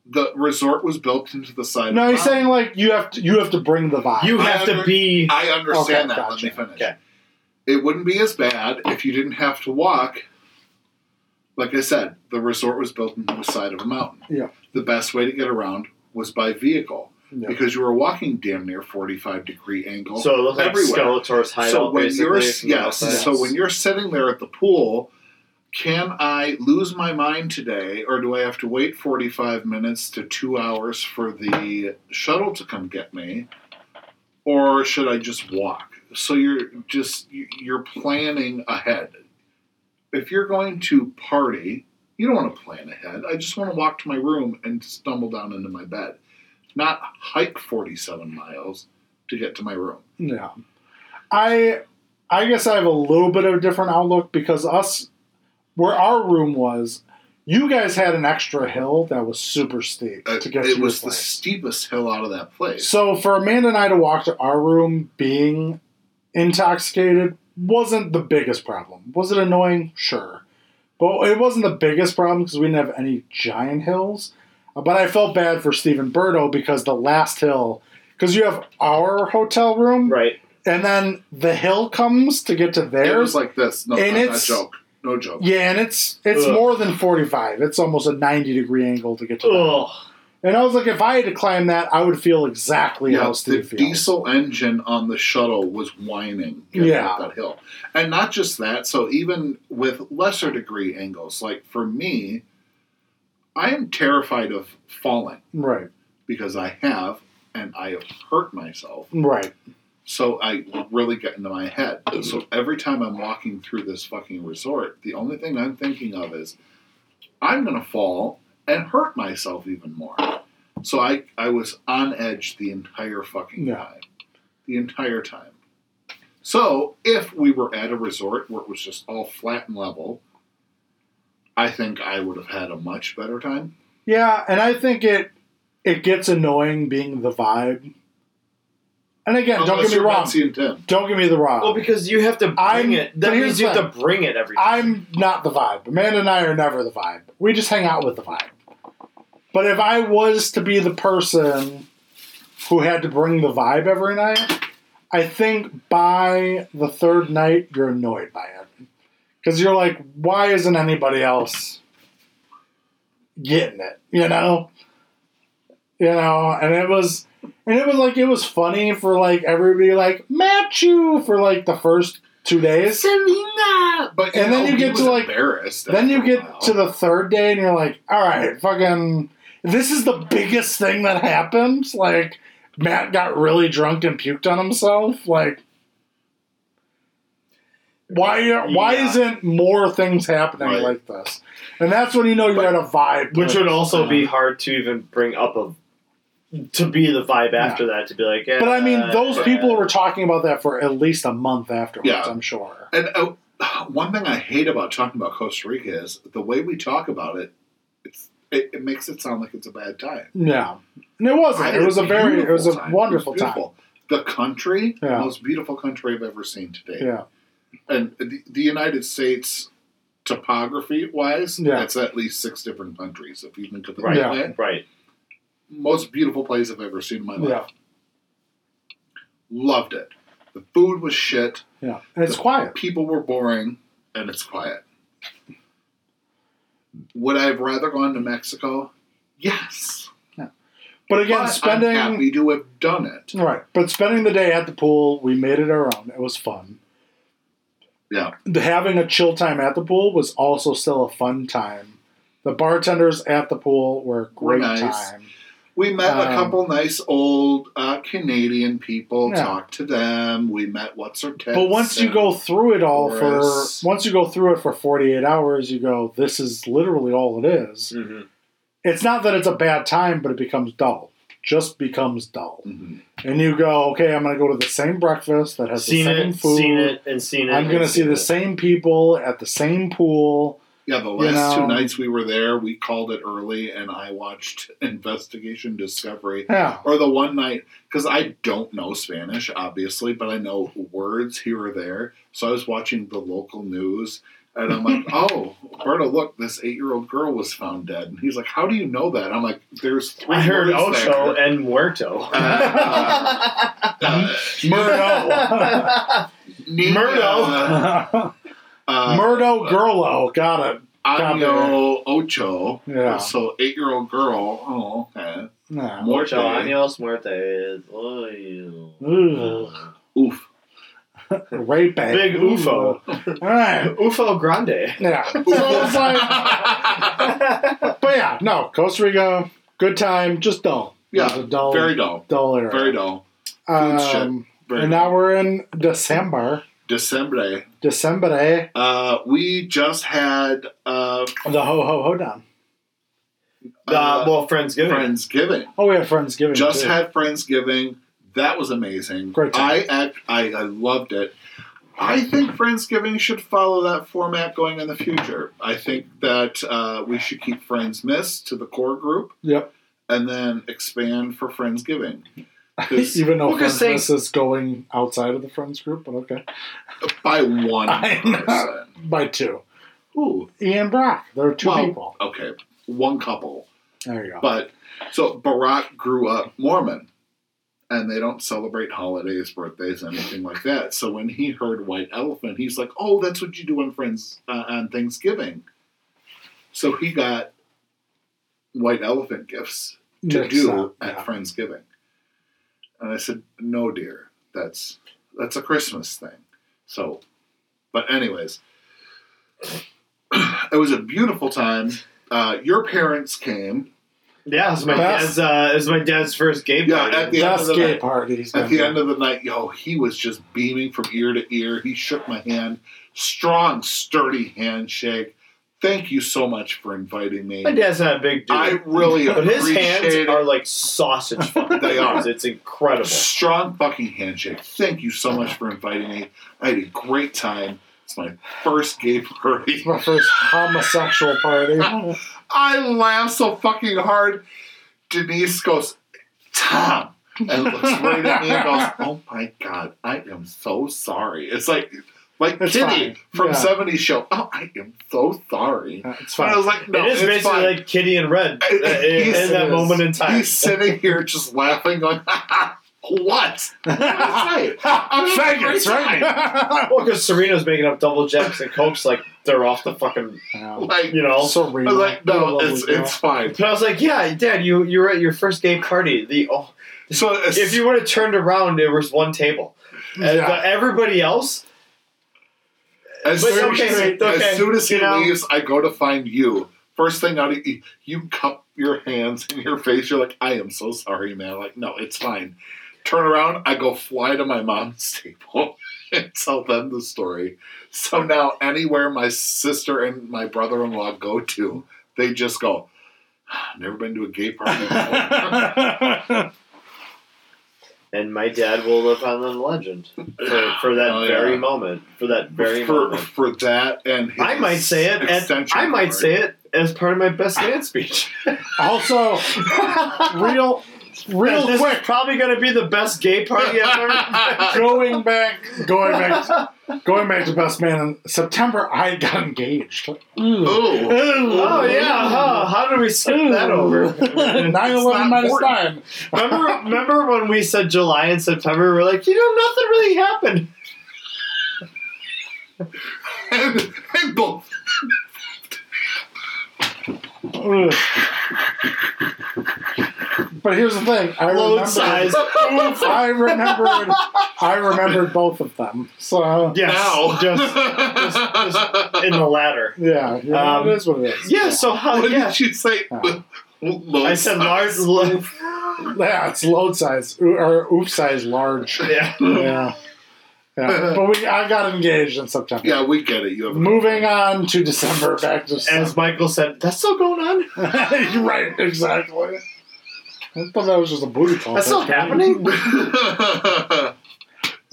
The resort was built into the side.
No,
of
he's
the mountain.
saying like you have to you have to bring the vibe.
You
I
have to
under-
be.
I understand
Okay,
that.
gotcha.
Let me finish.
Okay.
It wouldn't be as bad if you didn't have to walk. Like I said, the resort was built into the side of a mountain.
Yeah.
The best way to get around was by vehicle
Yeah.
because you were walking damn near 45 degree angle.
So it looks like
everywhere.
Skeletor's hideout.
so when
basically,
you're
from the
yes,
outside.
so when you're sitting there at the pool, can I lose my mind today, or do I have to wait 45 minutes to two hours for the shuttle to come get me, or should I just walk? So you're just you're planning ahead. If you're going to party, you don't want to plan ahead. I just want to walk to my room and stumble down into my bed, not hike 47 miles to get to my room.
Yeah. I I guess I have a little bit of a different outlook because us where our room was, you guys had an extra hill that was super steep
Uh,
to get
it
to
was
was
the steepest hill out of that place.
So for Amanda and I to walk to our room being intoxicated wasn't the biggest problem. Was it annoying? Sure. But it wasn't the biggest problem because we didn't have any giant hills. Uh, But I felt bad for Stephen Burdo because the last hill, because you have our hotel room,
right,
and then the hill comes to get to
it
theirs.
was like this. No,
and
not, not
it's-
joke. No joke.
yeah, and it's it's
Ugh.
more than forty five. It's almost a ninety degree angle to get to. that.
Ugh.
And I was like, if I had to climb that, I would feel exactly
Yeah,
how
the
Steve feels.
diesel engine on the shuttle was whining getting
Yeah.
up that hill, and not just that. So even with lesser degree angles, like for me, I am terrified of falling
Right,
because I have and I have hurt myself.
right.
So I really get into my head.
Mm-hmm.
So every time I'm walking through this fucking resort, the only thing I'm thinking of is I'm gonna fall and hurt myself even more. So I I was on edge the entire fucking
Yeah.
time. The entire time. So if we were at a resort where it was just all flat and level, I think I would have had a much better time.
Yeah, and I think it it gets annoying being the vibe. And again, don't
Unless
get me
you're
wrong.
Betsy and Tim.
Don't get me the wrong.
Well, because you have to bring
I'm-
it.
but
That
here's
means you
the
have to bring it every time.
I'm not the vibe. Amanda and I are never the vibe. We just hang out with the vibe. But if I was to be the person who had to bring the vibe every night, I think by the third night you're annoyed by it. Cuz you're like, why isn't anybody else getting it, you know? You know, and it was and it was like it was funny for like everybody like match you for like the first two days.
But
And then
know,
you
he
get
was
to, like-
embarrassed
Then
after
you
a while.
get to the third day and you're like, all right, fucking, this is the biggest thing that happened. Like, Matt got really drunk and puked on himself. Like, why are, why
Yeah.
isn't more things happening
Right.
like this? And that's when you know you had a vibe.
Which would also be
Uh,
hard to even bring up a to be the vibe
Yeah.
after that to be like.
But I mean, those
"Eh."
people were talking about that for at least a month afterwards,
Yeah.
I'm sure.
And uh, one thing I hate about talking about Costa Rica is the way we talk about it. It's it, it makes it sound like it's a bad time.
No, and it wasn't.
I
It
had
was a very, it was a
beautiful time.
wonderful
It was
time.
beautiful. The country,
Yeah.
most beautiful country I've ever seen today.
Yeah,
And the, the United States, topography wise,
Yeah.
that's at least six different countries. If you think of it
Right.
that
Yeah.
way,
Right.
most beautiful place I've ever seen in my life.
yeah,
Loved it. The food was shit.
yeah. And it's quiet.
People were boring, and it's quiet. Would I have rather gone to Mexico? Yes.
But again,
But
spending
I'm happy to have done it.
Right. But spending the day at the pool, we made it our own. It was fun.
Yeah.
The, having a chill time at the pool was also still a fun time. The bartenders at the pool were a
Were
great
nice.
time.
We met a
Um,
couple nice old uh, Canadian people.
Yeah.
Talked to them. We met what's her tits
But once you
and-
go through it all
Chorus.
for once you go through it for 48 hours, you go this is literally all it is.
Mm-hmm.
It's not that it's a bad time, but it becomes dull. Just becomes dull.
Mhm.
And you go, okay, I'm going to go to the same breakfast that has
Seen
the same
it,
food.
seen it, and seen it.
I'm going to
and
see
seen
the
it.
same people at the same pool.
Yeah, the last
know.
two nights we were there, we called it early, and I watched Investigation Discovery.
Yeah.
Or the one night, because I don't know Spanish, obviously, but I know words here or there. So I was watching the local news, and I'm like, oh, Berto, look, this eight year old girl was found dead. And he's like, how do you know that? I'm like, there's three
I heard
words
Ocho
there."
and Muerto.
Uh, uh,
Murdo.
Nina,
Murdo.
uh,
Murdo Gurlo. Got it.
Año Ocho.
Yeah.
So eight year old girl. Oh, okay.
No.
Muerto,
Muerte.
años muertes. Oy.
Ugh.
Oof.
Rape bait.
Big UFO.
All right.
UFO Grande.
Yeah. So it's like, but yeah, no. Costa Rica, good time, just dull. It was
Yeah,
a dull,
very dull.
dull area.
Very dull. food's shit.
Um,
Very
and now we're in December.
December.
December, eh?
Uh, we just had uh,
The ho ho ho down.
uh,
Uh, well, Friendsgiving.
Friendsgiving.
Oh, we have Friendsgiving.
Just
too.
had Friendsgiving. That was amazing.
Great
I,
time.
act, I I loved it. I think Friendsgiving should follow that format going in the future. I think that uh, we should keep Friends Miss to the core group
Yep.
and then expand for Friendsgiving. 'Cause
Even though
We're just saying-
Friendsmas is going outside of the Friends group, but okay.
by one
I know.
person.
By two.
Ooh,
Ian Brock. There are two
Well,
people.
okay, one couple.
There you go.
But so Barack grew up Mormon, and they don't celebrate holidays, birthdays, anything like that. So when he heard White Elephant, he's like, "Oh, that's what you do on Friends uh, on Thanksgiving." So he got White Elephant gifts to
Next
do
up,
at
yeah.
Friendsgiving, and I said, "No, dear, that's that's a Christmas thing." So, but anyways, it was a beautiful time. Uh, your parents came.
Yeah, it was my
Best-
dad's. Uh, it was my dad's first gay
Yeah,
party.
at the end of
Best
the
gay
night-
party. he's
At
been
the
to.
end of the night, yo, he was just beaming from ear to ear. He shook my hand, strong, sturdy handshake. Thank you so much for inviting me.
my dad's not a big dude,
I really
but his hands
appreciate
are
it.
like sausage. fucking
They are.
fingers. It's incredible.
Strong fucking handshake. Thank you so much for inviting me. I had a great time. It's my first gay party.
It's my first homosexual party.
I laughed so fucking hard. Denise goes, Tom. And looks right at me and goes, Oh my God, I am so sorry. It's like like
It's fine.
Kitty from
Yeah.
70s show. Oh, I am so sorry.
Yeah, it's
And I
fine.
was like, No,
it is
it's
basically
fine.
like Kitty and Red uh, in, in
Yes,
that
it is.
moment in time.
He's sitting here just laughing, going, What? What did I say? I'm having a great
Faggots,
time."
right?
Well, because Serena's making up double jacks and cokes like they're off the fucking,
Yeah.
Like,
you know.
I
Serena.
was like,
You're a
No,
lovely
it's,
girl.
it's fine.
But I was like, yeah, Dad, you you were at your first gay party. The oh,
So
if you would have turned around, there was one table, and
Yeah.
uh, everybody else
As,
But
soon,
okay,
as,
okay,
as soon as he
you know.
leaves, I go to find you. First thing out, you, you cup your hands in your face. You're like, I am so sorry, man. I'm like, no, it's fine. Turn around, I go fly to my mom's table and tell them the story. So now, anywhere my sister and my brother in law go to, they just go, "Ah, "Never been to a gay party before."
and my dad will live on in legend for, for that
Oh, yeah.
very moment. For that very
for,
moment.
for that and his
I might say it. As,
extension
I might
cord.
say it as part of my best man speech.
Also, real,
And
real
this
quick.
is probably going to be the best gay party I've ever.
Going back, going back, going back to best man in September. I got engaged.
Ooh.
Oh yeah, huh? how did we skip that over?
Nine eleven minus nine.
Remember, remember when we said July and September? We're like, you know, nothing really happened.
And, and both.
Ugh. But here's the thing. I
Load
remembered.
size.
I remembered. I remembered both of them. So
Yes,
Now.
just in the latter.
yeah, you know,
Um,
it is what it is.
Yeah. So how?
what
Yeah.
did you say?
Uh,
I said large. lo-
Yeah, it's load size oo- or oof size large.
Yeah.
Yeah, yeah. But we, I got engaged in September.
Yeah, we get it. You have
Moving on to December, back to
As
December.
Michael said, that's still going on.
You're right, exactly. I thought that was just a booty call.
That's still happening.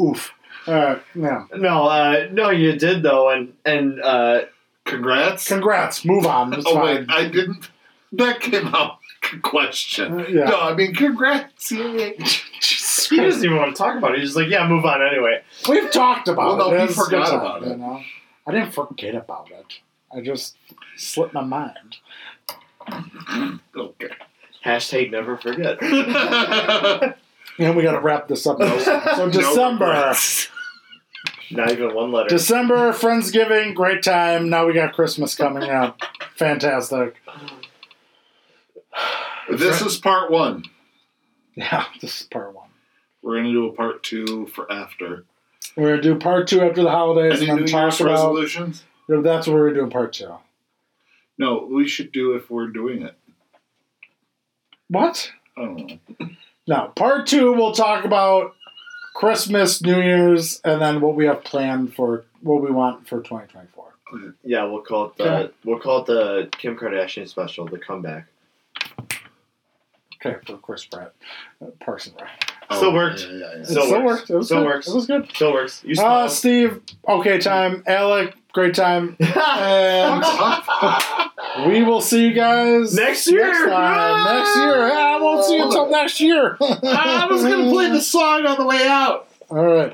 Oof. Uh, yeah.
No, uh, no, you did though, and and uh,
Congrats.
Congrats. Move on. It's
oh,
fine.
wait. I didn't. That came out. Question.
Uh, yeah.
No, I mean, congrats. Yay.
he doesn't even want to talk about it. He's just like, yeah, move on anyway.
We've talked about
Well, no,
it.
we
It's
forgot
good
about it.
know? I didn't forget about it. I just slipped my mind.
Okay.
Hashtag never forget.
And we got to wrap this up. Though. So
No
December,
regrets.
Not even one letter.
December, Friendsgiving, great time. Now we got Christmas coming up. Fantastic.
This is part one.
Yeah, this is part one.
We're going to do a part two for after.
We're gonna do part two after the holidays,
Any
and
New
then talk
Year's
about.
resolutions?
That's what we're doing part two.
No, we should do if we're doing it.
What?
I don't know.
No, part two. We'll talk about Christmas, New Year's, and then what we have planned for what we want for 2024.
Yeah, we'll call it the
Yeah.
we'll call it the Kim Kardashian special, the comeback.
Okay, for Chris Pratt, uh, Parson Pratt.
Still worked.
Oh, Yeah, yeah, yeah.
It still,
Still works.
worked. It was
Still
good.
works.
It was good.
Still works. You
Uh,
smile.
Steve, okay time. Alec, great time. And we will see you guys
Next year.
Next, time.
Ah!
next year. Ah, I won't see you until next year.
I was going to play the song on the way out.
All right.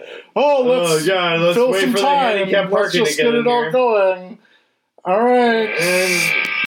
oh
Oh, let's
God, let's
fill
wait
some
for the
time.
handicap
Let's
parking
just
to get
get it
in
all
here.
going. All right.